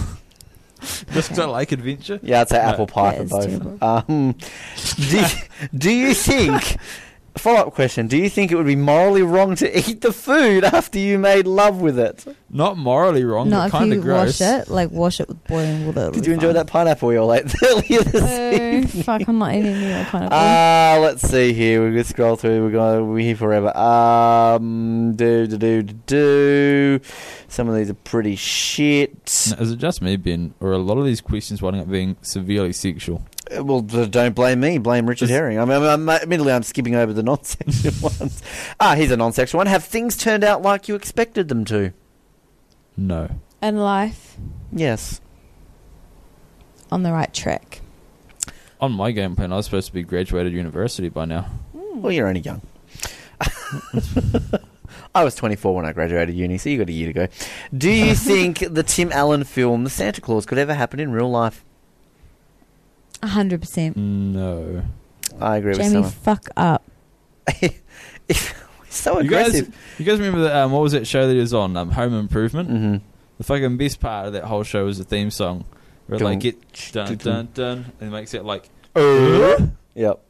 Speaker 3: just 'cause I like adventure.
Speaker 14: Yeah, I'd say
Speaker 3: No.
Speaker 14: apple pie for both. Um, do, you- do you think? Follow up question: Do you think it would be morally wrong to eat the food after you made love with it?
Speaker 3: Not morally wrong,
Speaker 4: Not
Speaker 3: but
Speaker 4: if
Speaker 3: kind
Speaker 4: you
Speaker 3: of gross.
Speaker 4: wash it, like wash it with boiling water.
Speaker 14: Did you enjoy that pineapple you all ate earlier this
Speaker 4: No, fuck, I'm not eating any more pineapple.
Speaker 14: Uh, let's see here. We're gonna scroll through. We're going. We're here forever. Um, do do do do. do. Some of these are pretty shit.
Speaker 3: Now, Is it just me, Ben, or are a lot of these questions winding up being severely sexual?
Speaker 14: Uh, Well, d- don't blame me. Blame Richard Herring. I mean, I'm, i admittedly, I'm skipping over the non-sexual ones. Ah, here's a non-sexual one. Have things turned out like you expected them to?
Speaker 3: No.
Speaker 4: And life
Speaker 14: Yes.
Speaker 4: on the right track.
Speaker 3: On my game plan, I was supposed to be graduated university by now.
Speaker 14: Well, you're only young. I was 24 when I graduated uni, so you got a year to go. Do you think the Tim Allen film, The Santa Claus, could ever happen in real life?
Speaker 4: A hundred percent.
Speaker 3: No.
Speaker 14: I Mm, agree
Speaker 4: Jamie,
Speaker 14: with
Speaker 4: fuck up.
Speaker 14: Summer. So
Speaker 3: You guys,
Speaker 14: Oh, aggressive.
Speaker 3: you guys remember that? Um, what was that show that he was on? Um, Home Improvement.
Speaker 14: Mm-hmm.
Speaker 3: The fucking best part of that whole show was the theme song, where it, like get dun dun dun, and it makes it like.
Speaker 14: Oh, Yep.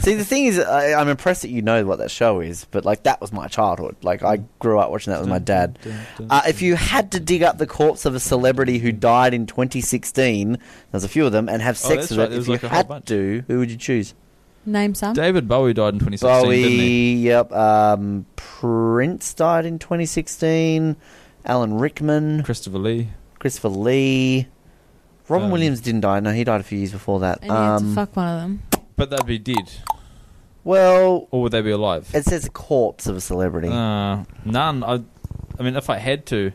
Speaker 14: See, the thing is, I, I'm impressed that you know what that show is, but like that was my childhood. Like I grew up watching that with my
Speaker 3: Mm-hmm.
Speaker 14: dad. Uh, if you had to dig up the corpse of a celebrity who died in 2016, there's a few of them, and have
Speaker 3: Oh,
Speaker 14: sex
Speaker 3: that's
Speaker 14: with
Speaker 3: right,
Speaker 14: it,
Speaker 3: there
Speaker 14: if
Speaker 3: was,
Speaker 14: you
Speaker 3: like, a whole
Speaker 14: had to, who would you choose?
Speaker 4: Name some.
Speaker 3: David Bowie died in 2016, didn't he?
Speaker 14: Bowie. Yep. Um, Prince died in 2016. Alan Rickman.
Speaker 3: Christopher Lee.
Speaker 14: Christopher Lee. Robin
Speaker 3: Um,
Speaker 14: Williams didn't die. No, he died a few years before that. Um,
Speaker 4: And you had to fuck one of them.
Speaker 3: But they'd be dead,
Speaker 14: well,
Speaker 3: or would they be alive?
Speaker 14: it says a corpse of a celebrity.
Speaker 3: Uh, none. I, I mean, if I had to,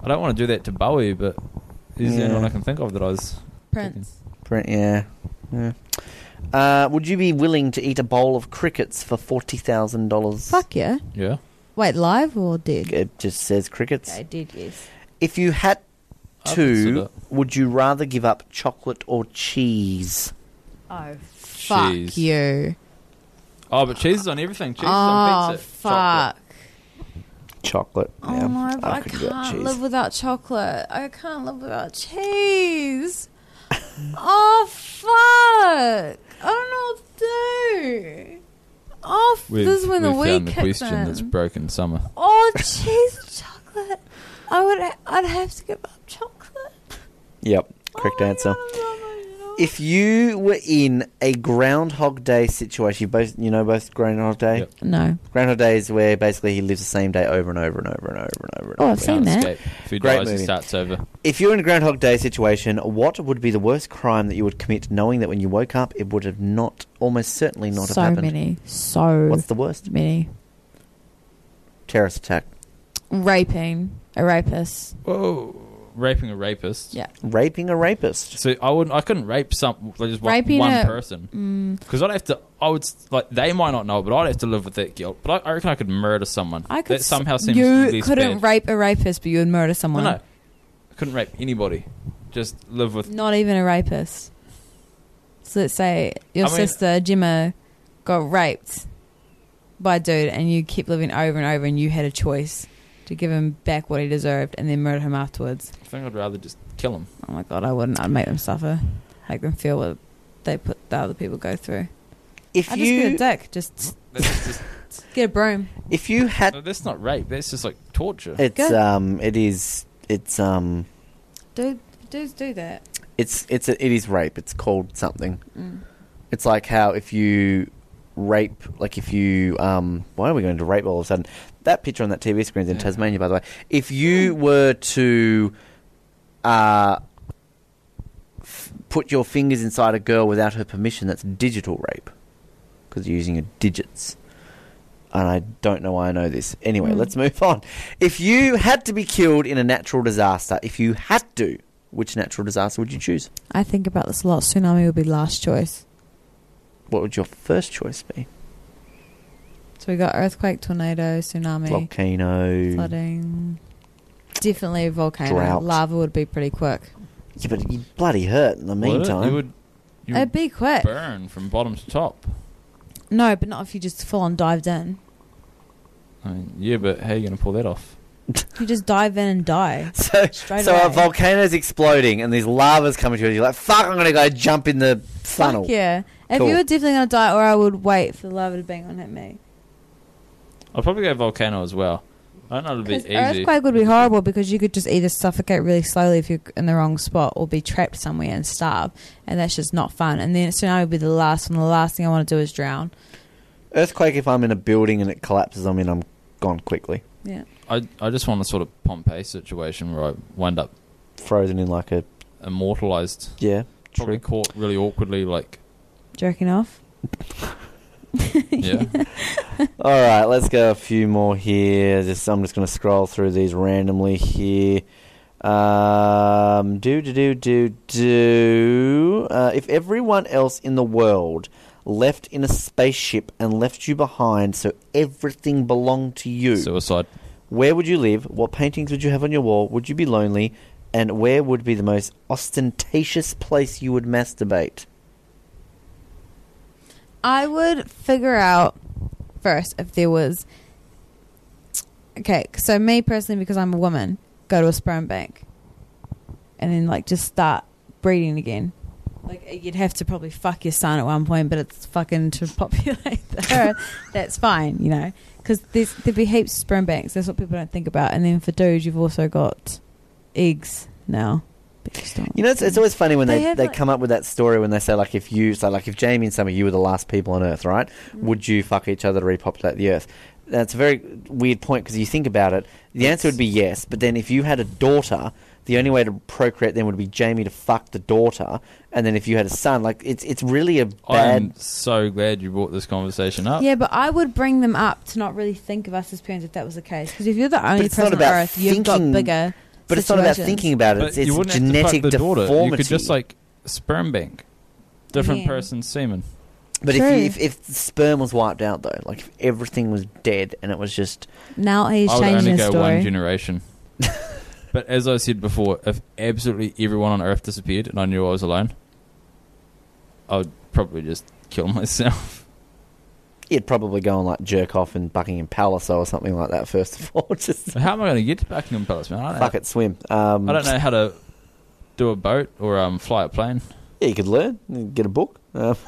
Speaker 3: I don't want to do that to Bowie, but he's the
Speaker 14: Yeah.
Speaker 3: only one I can think of that I was.
Speaker 4: Prince.
Speaker 14: Print, yeah. yeah. Uh, would you be willing to eat a bowl of crickets for forty thousand dollars?
Speaker 4: Fuck yeah.
Speaker 3: Yeah.
Speaker 4: Wait, live or dead?
Speaker 14: It just says crickets.
Speaker 4: I did yes.
Speaker 14: If you had
Speaker 4: I'd consider
Speaker 14: to,
Speaker 4: it.
Speaker 14: would you rather give up chocolate or cheese?
Speaker 4: Oh fuck
Speaker 3: Cheese.
Speaker 4: you.
Speaker 3: Oh, but cheese is on everything. Cheese is on
Speaker 4: oh
Speaker 3: pizza. Chocolate.
Speaker 4: fuck.
Speaker 14: Chocolate.
Speaker 4: Oh my! but I,
Speaker 14: couldn't give up
Speaker 4: can't
Speaker 14: cheese.
Speaker 4: live without chocolate. I can't live without cheese. oh fuck! I don't know what to do. Oh, f-
Speaker 3: We've,
Speaker 4: this is when the week
Speaker 3: we've found um, the
Speaker 4: kicks
Speaker 3: question
Speaker 4: in.
Speaker 3: that's broken summer.
Speaker 4: Oh, cheese and chocolate. I would. ha- I'd have to give up chocolate.
Speaker 14: Yep,
Speaker 4: Oh,
Speaker 14: correct answer. If you were in a Groundhog Day situation, you both you know both Groundhog Day.
Speaker 4: No.
Speaker 14: Groundhog Day is where basically he lives the same day over and over and over and over and over. And
Speaker 4: Oh,
Speaker 14: over
Speaker 4: I've seen
Speaker 14: and over.
Speaker 4: that.
Speaker 3: Escape. If he
Speaker 14: Great
Speaker 3: dies, he
Speaker 14: movie.
Speaker 3: starts over.
Speaker 14: If you're in a Groundhog Day situation, what would be the worst crime that you would commit, knowing that when you woke up, it would have not, almost certainly not
Speaker 19: so
Speaker 14: have happened?
Speaker 19: many, so
Speaker 14: What's the worst?
Speaker 19: Many
Speaker 14: Terrorist attack,
Speaker 19: raping a rapist.
Speaker 3: Whoa. Raping a rapist.
Speaker 19: Yeah.
Speaker 14: raping a rapist.
Speaker 3: So I wouldn't. I couldn't rape some. Like just one,
Speaker 19: Raping
Speaker 3: one
Speaker 19: a-
Speaker 4: Mm,
Speaker 3: person. Because I'd have to. I would s- like. They might not know, but I'd have to live with that guilt. But I, I reckon I could murder someone.
Speaker 4: I could.
Speaker 3: That
Speaker 4: s-
Speaker 3: somehow seems
Speaker 4: you
Speaker 3: least
Speaker 4: couldn't
Speaker 3: bad.
Speaker 4: rape a rapist, but you would murder
Speaker 3: No,
Speaker 4: someone.
Speaker 3: no. I couldn't rape anybody. Just live with.
Speaker 4: Not even a rapist. So let's say your
Speaker 3: I mean-
Speaker 4: sister Gemma got raped by a dude, and you kept living over and over, and you had a choice to give him back what he deserved, and then murder him afterwards.
Speaker 3: I think I'd rather just kill him.
Speaker 4: Oh my god, I wouldn't. I'd make them suffer, make them feel what they put the other people go through.
Speaker 14: If
Speaker 4: I
Speaker 14: you
Speaker 4: just get a dick, just
Speaker 3: That's just.
Speaker 4: get a broom.
Speaker 14: if you had
Speaker 3: no, that's not rape. That's just like torture.
Speaker 14: It's
Speaker 20: Good.
Speaker 14: um, it is it's um,
Speaker 20: Do dudes do that?
Speaker 14: it's it's a, it is rape. It's called something.
Speaker 20: Mm.
Speaker 14: It's like how if you rape, like if you um, why are we going to rape all of a sudden? That picture on that TV screen's in Tasmania, by the way. If you were to uh, f- put your fingers inside a girl without her permission, that's digital rape because you're using your digits. And I don't know why I know this. Anyway,
Speaker 21: Mm.
Speaker 14: let's move on. If you had to be killed in a natural disaster, if you had to, which natural disaster would you choose?
Speaker 4: I think about this a lot. Tsunami would be last choice.
Speaker 14: What would your first choice be?
Speaker 4: So we got earthquake, tornado, tsunami,
Speaker 14: Volcano.
Speaker 4: flooding. Definitely a volcano.
Speaker 14: Drought.
Speaker 4: Lava would be pretty quick.
Speaker 14: Yeah, but you bloody hurt in the
Speaker 3: Would it?
Speaker 14: meantime.
Speaker 3: You would- you
Speaker 4: It'd be quick.
Speaker 3: Burn from bottom to top.
Speaker 4: No, but not if you just full on dived in.
Speaker 3: I mean, yeah, but how are you going to pull that off?
Speaker 4: You just dive in and die.
Speaker 14: So,
Speaker 4: Straight
Speaker 14: so
Speaker 4: away.
Speaker 14: a volcano's exploding and these lava's coming towards you. You're like, fuck, I'm going to go jump in the funnel.
Speaker 4: Yeah. If
Speaker 14: Cool.
Speaker 4: you were definitely going to die, or I would wait for the lava to bang on at me.
Speaker 3: I'll probably go volcano as well. I don't know it'll be
Speaker 4: 'Cause
Speaker 3: easy.
Speaker 4: Earthquake would be horrible because you could just either suffocate really slowly if you're in the wrong spot or be trapped somewhere and starve. And that's just not fun. And then tsunami would be the last one. The last thing I want to do is drown.
Speaker 14: Earthquake, if I'm in a building and it collapses on me, and I'm gone quickly.
Speaker 4: Yeah.
Speaker 3: I I just want a sort of Pompeii situation where I wind up
Speaker 14: frozen in like a
Speaker 3: immortalized.
Speaker 14: Yeah,
Speaker 3: probably caught really awkwardly. Like
Speaker 4: Jerking off.
Speaker 3: yeah,
Speaker 14: All right, let's go a few more here. Just I'm just going to scroll through these randomly here. Um, do do do do do. Uh, if everyone else in the world left in a spaceship and left you behind, so everything belonged to you.
Speaker 3: Suicide.
Speaker 14: Where would you live? What paintings would you have on your wall? Would you be lonely? And where would be the most ostentatious place you would masturbate?
Speaker 4: I would figure out first if there was. Okay, so me personally, because I'm a woman, go to a sperm bank, and then like just start breeding again. Like you'd have to probably fuck your son at one point, but it's fucking to populate the earth. That's fine, you know, because there'd be heaps of sperm banks. That's what people don't think about. And then for dudes, you've also got eggs now. But just don't-
Speaker 14: You know, it's, it's always funny when
Speaker 4: They
Speaker 14: they, they,
Speaker 4: have, like-
Speaker 14: come up with that story when they say, like, if you, so like, if Jamie and Summer, you were the last people on Earth, right?
Speaker 4: Mm-hmm.
Speaker 14: Would you fuck each other to repopulate the Earth? That's a very weird point because you think about it, the answer would be yes, but then if you had a daughter, the only way to procreate then would be Jamie to fuck the daughter, and then if you had a son, like, it's it's really a
Speaker 3: Oh,
Speaker 14: bad.
Speaker 3: I'm so glad you brought this conversation
Speaker 14: Uh,
Speaker 3: up.
Speaker 4: Yeah, but I would bring them up to not really think of us as parents if that was the case. Because if you're the only
Speaker 14: But it's not
Speaker 4: person on
Speaker 14: about
Speaker 4: Earth, you've got
Speaker 14: thinking-
Speaker 4: bigger.
Speaker 14: but it's not about
Speaker 4: situations.
Speaker 14: thinking about it.
Speaker 3: But
Speaker 14: It's,
Speaker 3: you
Speaker 14: it's
Speaker 3: wouldn't have to fuck
Speaker 14: genetic
Speaker 3: the daughter.
Speaker 14: deformity.
Speaker 3: You could just like sperm bank, different
Speaker 4: Yeah.
Speaker 3: person's semen.
Speaker 14: but
Speaker 4: True.
Speaker 14: if, you, if if sperm was wiped out though, like if everything was dead and it was just
Speaker 4: Now he's
Speaker 3: I would
Speaker 4: changing
Speaker 3: only
Speaker 4: his
Speaker 3: go
Speaker 4: story.
Speaker 3: one generation. but as I said before, if absolutely everyone on Earth disappeared and I knew I was alone, I would probably just kill myself.
Speaker 14: You'd probably go and like jerk off in Buckingham Palace or something like that. First of all, just
Speaker 3: How am I going to get to Buckingham Palace, man? I don't,
Speaker 14: fuck it, swim. Um,
Speaker 3: I don't know how to do a boat or um, fly a plane.
Speaker 14: Yeah, you could learn. You could Get a book. Um,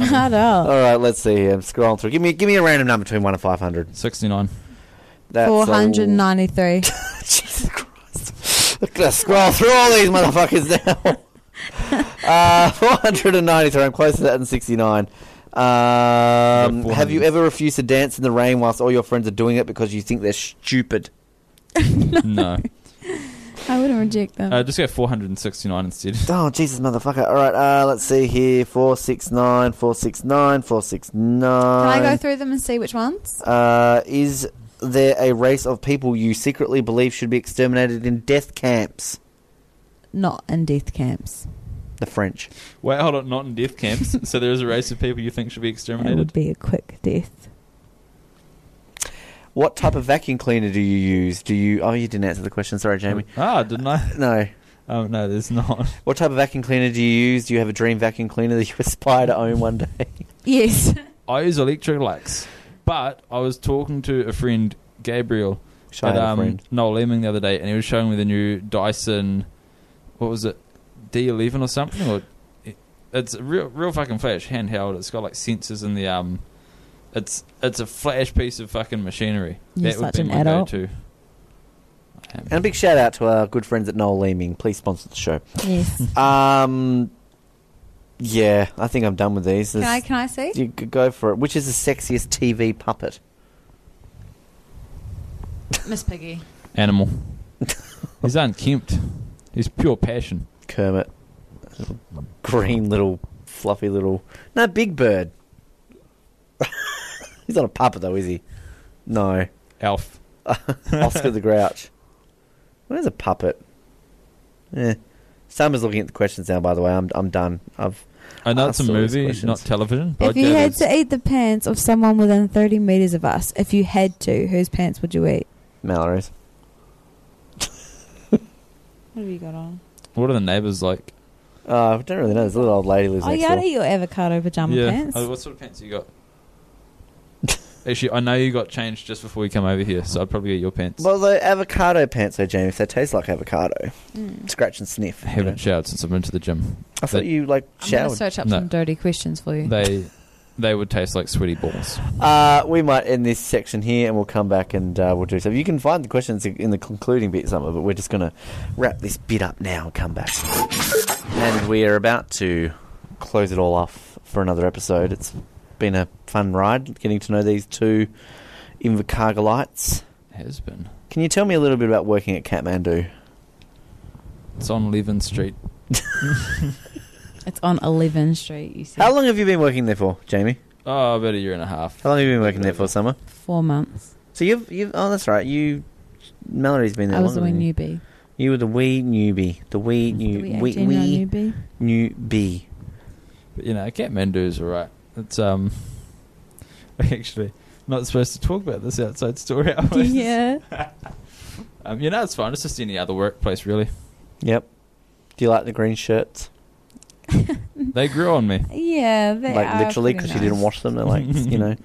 Speaker 4: Not all.
Speaker 14: all right, let's see. here. I'm scrolling through. Give me give me a random number between one and five hundred.
Speaker 3: Sixty nine.
Speaker 14: That's
Speaker 4: Four
Speaker 14: a-
Speaker 4: hundred ninety-three.
Speaker 14: Look, let's scroll through all these motherfuckers now. uh, 493. I'm closer to that than 69. Um, have you ever refused to dance in the rain whilst all your friends are doing it because you think they're stupid?
Speaker 3: no.
Speaker 4: I wouldn't reject them.
Speaker 3: Uh, just go 469 instead.
Speaker 14: Oh, Jesus, motherfucker. All right, uh, let's see here. 469, 469, 469.
Speaker 4: Can I go through them and see which ones?
Speaker 14: Uh, is there a race of people you secretly believe should be exterminated in death camps?
Speaker 4: Not in death camps.
Speaker 14: The French.
Speaker 3: Wait, hold on. Not in death camps. so there is a race of people you think should be
Speaker 4: It
Speaker 3: exterminated.
Speaker 4: would be a quick death.
Speaker 14: What type of vacuum cleaner do you use? Do you? Oh, you didn't answer the question. Sorry, Jamie.
Speaker 3: Ah, didn't I?
Speaker 14: No.
Speaker 3: Oh no, there's not.
Speaker 14: What type of vacuum cleaner do you use? Do you have a dream vacuum cleaner that you aspire to own one day?
Speaker 4: Yes.
Speaker 3: I use Electrolux, but I was talking to a friend, Gabriel, um,
Speaker 14: Wish I had a friend.
Speaker 3: Noel Lemming the other day, and he was showing me the new Dyson. What was it? D11 or something? Or it's a real, real fucking flash handheld. It's got like sensors in the um. It's it's a flash piece of fucking machinery.
Speaker 4: You're
Speaker 3: that would
Speaker 4: such
Speaker 3: be
Speaker 4: an
Speaker 3: my
Speaker 4: adult.
Speaker 3: go-to.
Speaker 14: And a big shout out to our good friends at Noel Leeming. Please sponsor the show.
Speaker 2: Yes.
Speaker 14: um, yeah, I think I'm done with these.
Speaker 2: Can I-
Speaker 14: There's-
Speaker 2: can I see?
Speaker 14: You could go for it. Which is the sexiest TV puppet?
Speaker 4: Miss Piggy.
Speaker 3: Animal. He's unkempt. He's pure passion.
Speaker 14: Kermit. Green little, fluffy little. No, Big Bird. He's not a puppet though, is he? No.
Speaker 3: Elf.
Speaker 14: Oscar the Grouch. Where's a puppet? Eh. Sam is looking at the questions now. By the way, I'm I'm done. I've.
Speaker 3: I know it's a
Speaker 14: asked all these
Speaker 3: movie,
Speaker 14: questions.
Speaker 3: not television. But
Speaker 2: If you had to eat the pants of someone within 30 meters of us, if you had to, whose pants would you eat?
Speaker 14: Mallory's.
Speaker 2: What have you got on?
Speaker 3: what are the neighbours like?
Speaker 14: Uh, I don't really know. There's a little old lady lives
Speaker 2: Oh,
Speaker 14: next
Speaker 2: yeah, I'd
Speaker 14: door.
Speaker 2: eat your avocado pajama
Speaker 3: yeah.
Speaker 2: pants.
Speaker 3: Oh, what sort of pants you got? Actually, I know you got changed just before we come over here, so I'd probably get your pants.
Speaker 14: Well, the avocado pants, though, James, they taste like avocado.
Speaker 4: Mm.
Speaker 14: Scratch and sniff.
Speaker 3: I
Speaker 14: you know.
Speaker 3: haven't showered since I've been to the gym.
Speaker 14: I thought
Speaker 3: They-
Speaker 14: you like
Speaker 4: I'm going to
Speaker 14: showered.
Speaker 4: search up
Speaker 3: No.
Speaker 4: some dirty questions for you.
Speaker 3: They, they would taste like sweaty balls.
Speaker 14: Uh, we might end this section here, and we'll come back and uh, we'll do so. You can find the questions in the concluding bit somewhere, but we're just going to wrap this bit up now and come back. And we are about to close it all off for another episode. It's been a fun ride getting to know these two Invercargolites.
Speaker 3: Has been.
Speaker 14: Can you tell me a little bit about working at Kathmandu?
Speaker 3: It's on Leven Street.
Speaker 2: It's on 11th Street, you said.
Speaker 14: How long have you been working there for, Jamie?
Speaker 3: Oh, about a year and a half.
Speaker 14: How long have you been working there for, Summer?
Speaker 2: Four months.
Speaker 14: So you've you've oh that's right you Mallory's been there.
Speaker 2: I was the
Speaker 14: longer
Speaker 2: wee
Speaker 14: than you.
Speaker 2: newbie.
Speaker 14: You were the wee newbie, the wee
Speaker 2: The
Speaker 14: new
Speaker 2: wee
Speaker 14: wee,
Speaker 2: 18
Speaker 14: wee
Speaker 2: newbie.
Speaker 14: newbie.
Speaker 3: But, you know, Kathmandu is alright. It's um, actually not supposed to talk about this outside story. hours.
Speaker 2: Yeah.
Speaker 3: Um, you know, it's fine. It's just any other workplace, really.
Speaker 14: Yep. Do you like the green shirts?
Speaker 3: They grew on me.
Speaker 2: Yeah, they
Speaker 14: like
Speaker 2: are
Speaker 14: literally
Speaker 2: pretty
Speaker 14: because
Speaker 2: nice.
Speaker 14: you didn't wash them. They're like you know.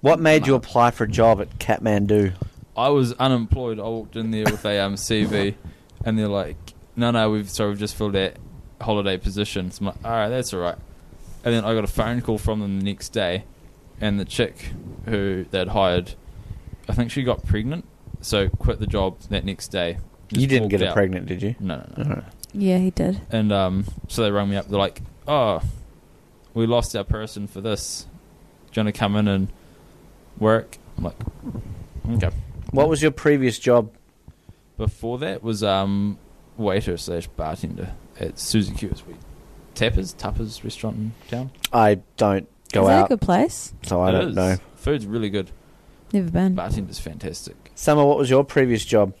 Speaker 14: What made you apply for a job at Kathmandu?
Speaker 3: I was unemployed. I walked in there with a um, CV, and they're like, "No, no, we've sorry, we've just filled that holiday position." So I'm like, "All right, that's all right." And then I got a phone call from them the next day, and the chick who they'd hired, I think she got pregnant, so quit the job that next day. Just
Speaker 14: You didn't get
Speaker 3: walked
Speaker 14: her
Speaker 3: out.
Speaker 14: pregnant, did you?
Speaker 3: No, no, no.
Speaker 14: Alright.
Speaker 2: Yeah, he did.
Speaker 3: And um, so they rang me up. They're like, "Oh, we lost our person for this. Do you want to come in and work?" I'm like, "Okay."
Speaker 14: What was your previous job?
Speaker 3: Before that was um, waiter slash bartender at Suzy Q's. We Tappers, Tappers restaurant in town.
Speaker 14: I don't go
Speaker 2: Is that
Speaker 14: out.
Speaker 2: a good place?
Speaker 14: So I
Speaker 3: It
Speaker 14: don't
Speaker 3: is.
Speaker 14: know.
Speaker 3: Food's really good.
Speaker 2: Never been.
Speaker 3: Bartender's fantastic.
Speaker 14: Summer, what was your previous job?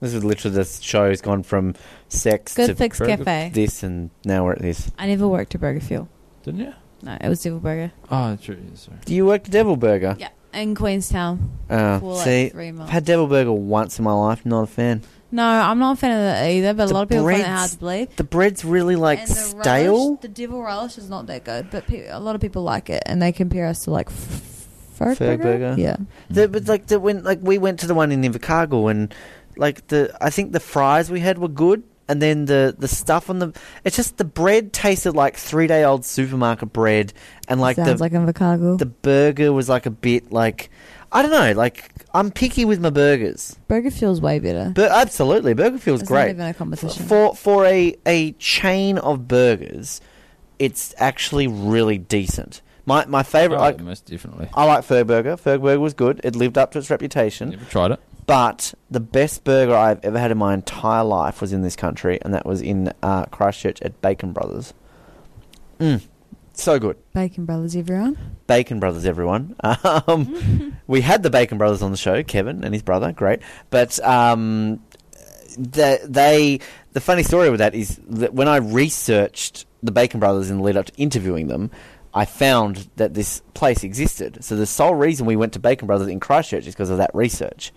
Speaker 14: This is literally the show's gone from sex
Speaker 2: Good
Speaker 14: to
Speaker 2: Fix Burger- Cafe.
Speaker 14: This and now we're at this.
Speaker 2: I never worked at Burger Fuel.
Speaker 3: Didn't you?
Speaker 2: No, it was Devil Burger.
Speaker 3: Oh, true. yeah, Sorry.
Speaker 14: You worked at Devil Burger.
Speaker 2: Yeah, in Queenstown.
Speaker 14: Uh,
Speaker 2: for like
Speaker 14: see,
Speaker 2: three
Speaker 14: I've
Speaker 2: months.
Speaker 14: had Devil Burger once in my life. Not a fan.
Speaker 2: No, I'm not a fan of that either, but
Speaker 14: The
Speaker 2: a lot of people find it hard
Speaker 14: breads-
Speaker 2: to believe.
Speaker 14: The bread's really like
Speaker 2: And the
Speaker 14: stale.
Speaker 2: relish- the devil relish is not that good, but pe- a lot of people like it, and they compare us to like f- Ferg
Speaker 14: Ferg
Speaker 2: burger?
Speaker 14: Burger?
Speaker 2: Yeah,
Speaker 14: The, but like the when like we went to the one in Invercargill and like the I think the fries we had were good. And then the, the stuff on the it's just the bread tasted like three day old supermarket bread and like
Speaker 2: sounds
Speaker 14: the
Speaker 2: like Invercargill.
Speaker 14: the burger was like a bit like I don't know, like I'm picky with my burgers.
Speaker 2: burger feels way better.
Speaker 14: But absolutely, burger feels
Speaker 2: It's
Speaker 14: great.
Speaker 2: not even a competition.
Speaker 14: For for a a chain of burgers, it's actually really decent. My my favorite
Speaker 3: Oh,
Speaker 14: like
Speaker 3: most definitely.
Speaker 14: I like Ferg Burger. Ferg Burger was good. It lived up to its reputation.
Speaker 3: Never tried it.
Speaker 14: But the best burger I've ever had in my entire life was in this country, and that was in uh, Christchurch at Bacon Brothers. Mm, so good.
Speaker 2: Bacon Brothers, everyone.
Speaker 14: Bacon Brothers, everyone. Um, we had the Bacon Brothers on the show, Kevin and his brother, great. But um, the, they, the funny story with that is that when I researched the Bacon Brothers in the lead up to interviewing them, I found that this place existed. So the sole reason we went to Bacon Brothers in Christchurch is because of that research.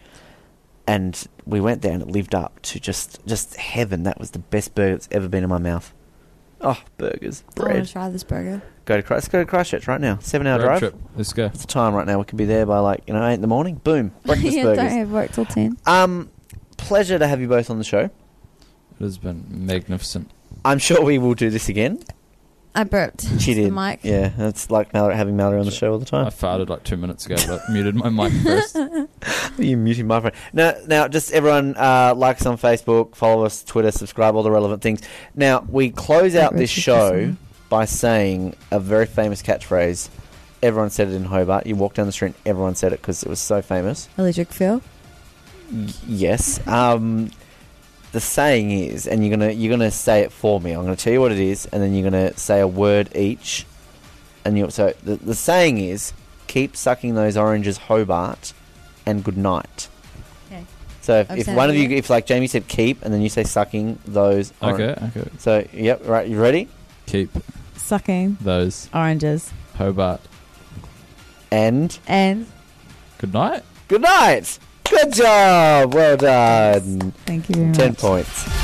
Speaker 14: And we went there and it lived up to just just heaven. That was the best burger that's ever been in my mouth. Oh, burgers,
Speaker 2: I
Speaker 14: bread.
Speaker 2: want to try this burger.
Speaker 14: Go to Christ, let's go to Christchurch right now. Seven hour
Speaker 3: Road
Speaker 14: drive.
Speaker 3: trip. Let's go.
Speaker 14: It's the time right now. We could be there by like you know eight in the morning. Boom, breakfast
Speaker 2: yeah, don't
Speaker 14: burgers.
Speaker 2: have work till ten.
Speaker 14: Um, pleasure to have you both on the show.
Speaker 3: It has been magnificent.
Speaker 14: I'm sure we will do this again.
Speaker 2: I burped.
Speaker 14: She
Speaker 2: It's the
Speaker 14: did.
Speaker 2: mic.
Speaker 14: Yeah, that's like Mallory, having Mallory on the show all the time.
Speaker 3: I farted like two minutes ago, but muted my mic first.
Speaker 14: you muting my phone. Now, now, just everyone uh, like us on Facebook, follow us, Twitter, subscribe, all the relevant things. Now we close out this show by saying a very famous catchphrase. Everyone said it in Hobart. You walk down the street, and everyone said it because it was so famous.
Speaker 2: Electric feel.
Speaker 14: Y- yes. Um, the saying is, and you're gonna you're gonna say it for me. I'm gonna tell you what it is, and then you're gonna say a word each. And you so the, the saying is, keep sucking those oranges, Hobart, and good night.
Speaker 2: Okay.
Speaker 14: So if,
Speaker 2: I've
Speaker 14: if
Speaker 2: said
Speaker 14: one of
Speaker 2: it
Speaker 14: you, if like Jamie said, keep, and then you say sucking those.
Speaker 3: Okay, okay.
Speaker 14: So yep, right. You ready?
Speaker 3: Keep
Speaker 2: Sucking
Speaker 3: those
Speaker 2: oranges.
Speaker 3: Hobart.
Speaker 14: And
Speaker 2: and
Speaker 3: good night.
Speaker 14: Good night. Good job. Well done.
Speaker 2: Thank you very
Speaker 14: Ten
Speaker 2: much.
Speaker 14: points.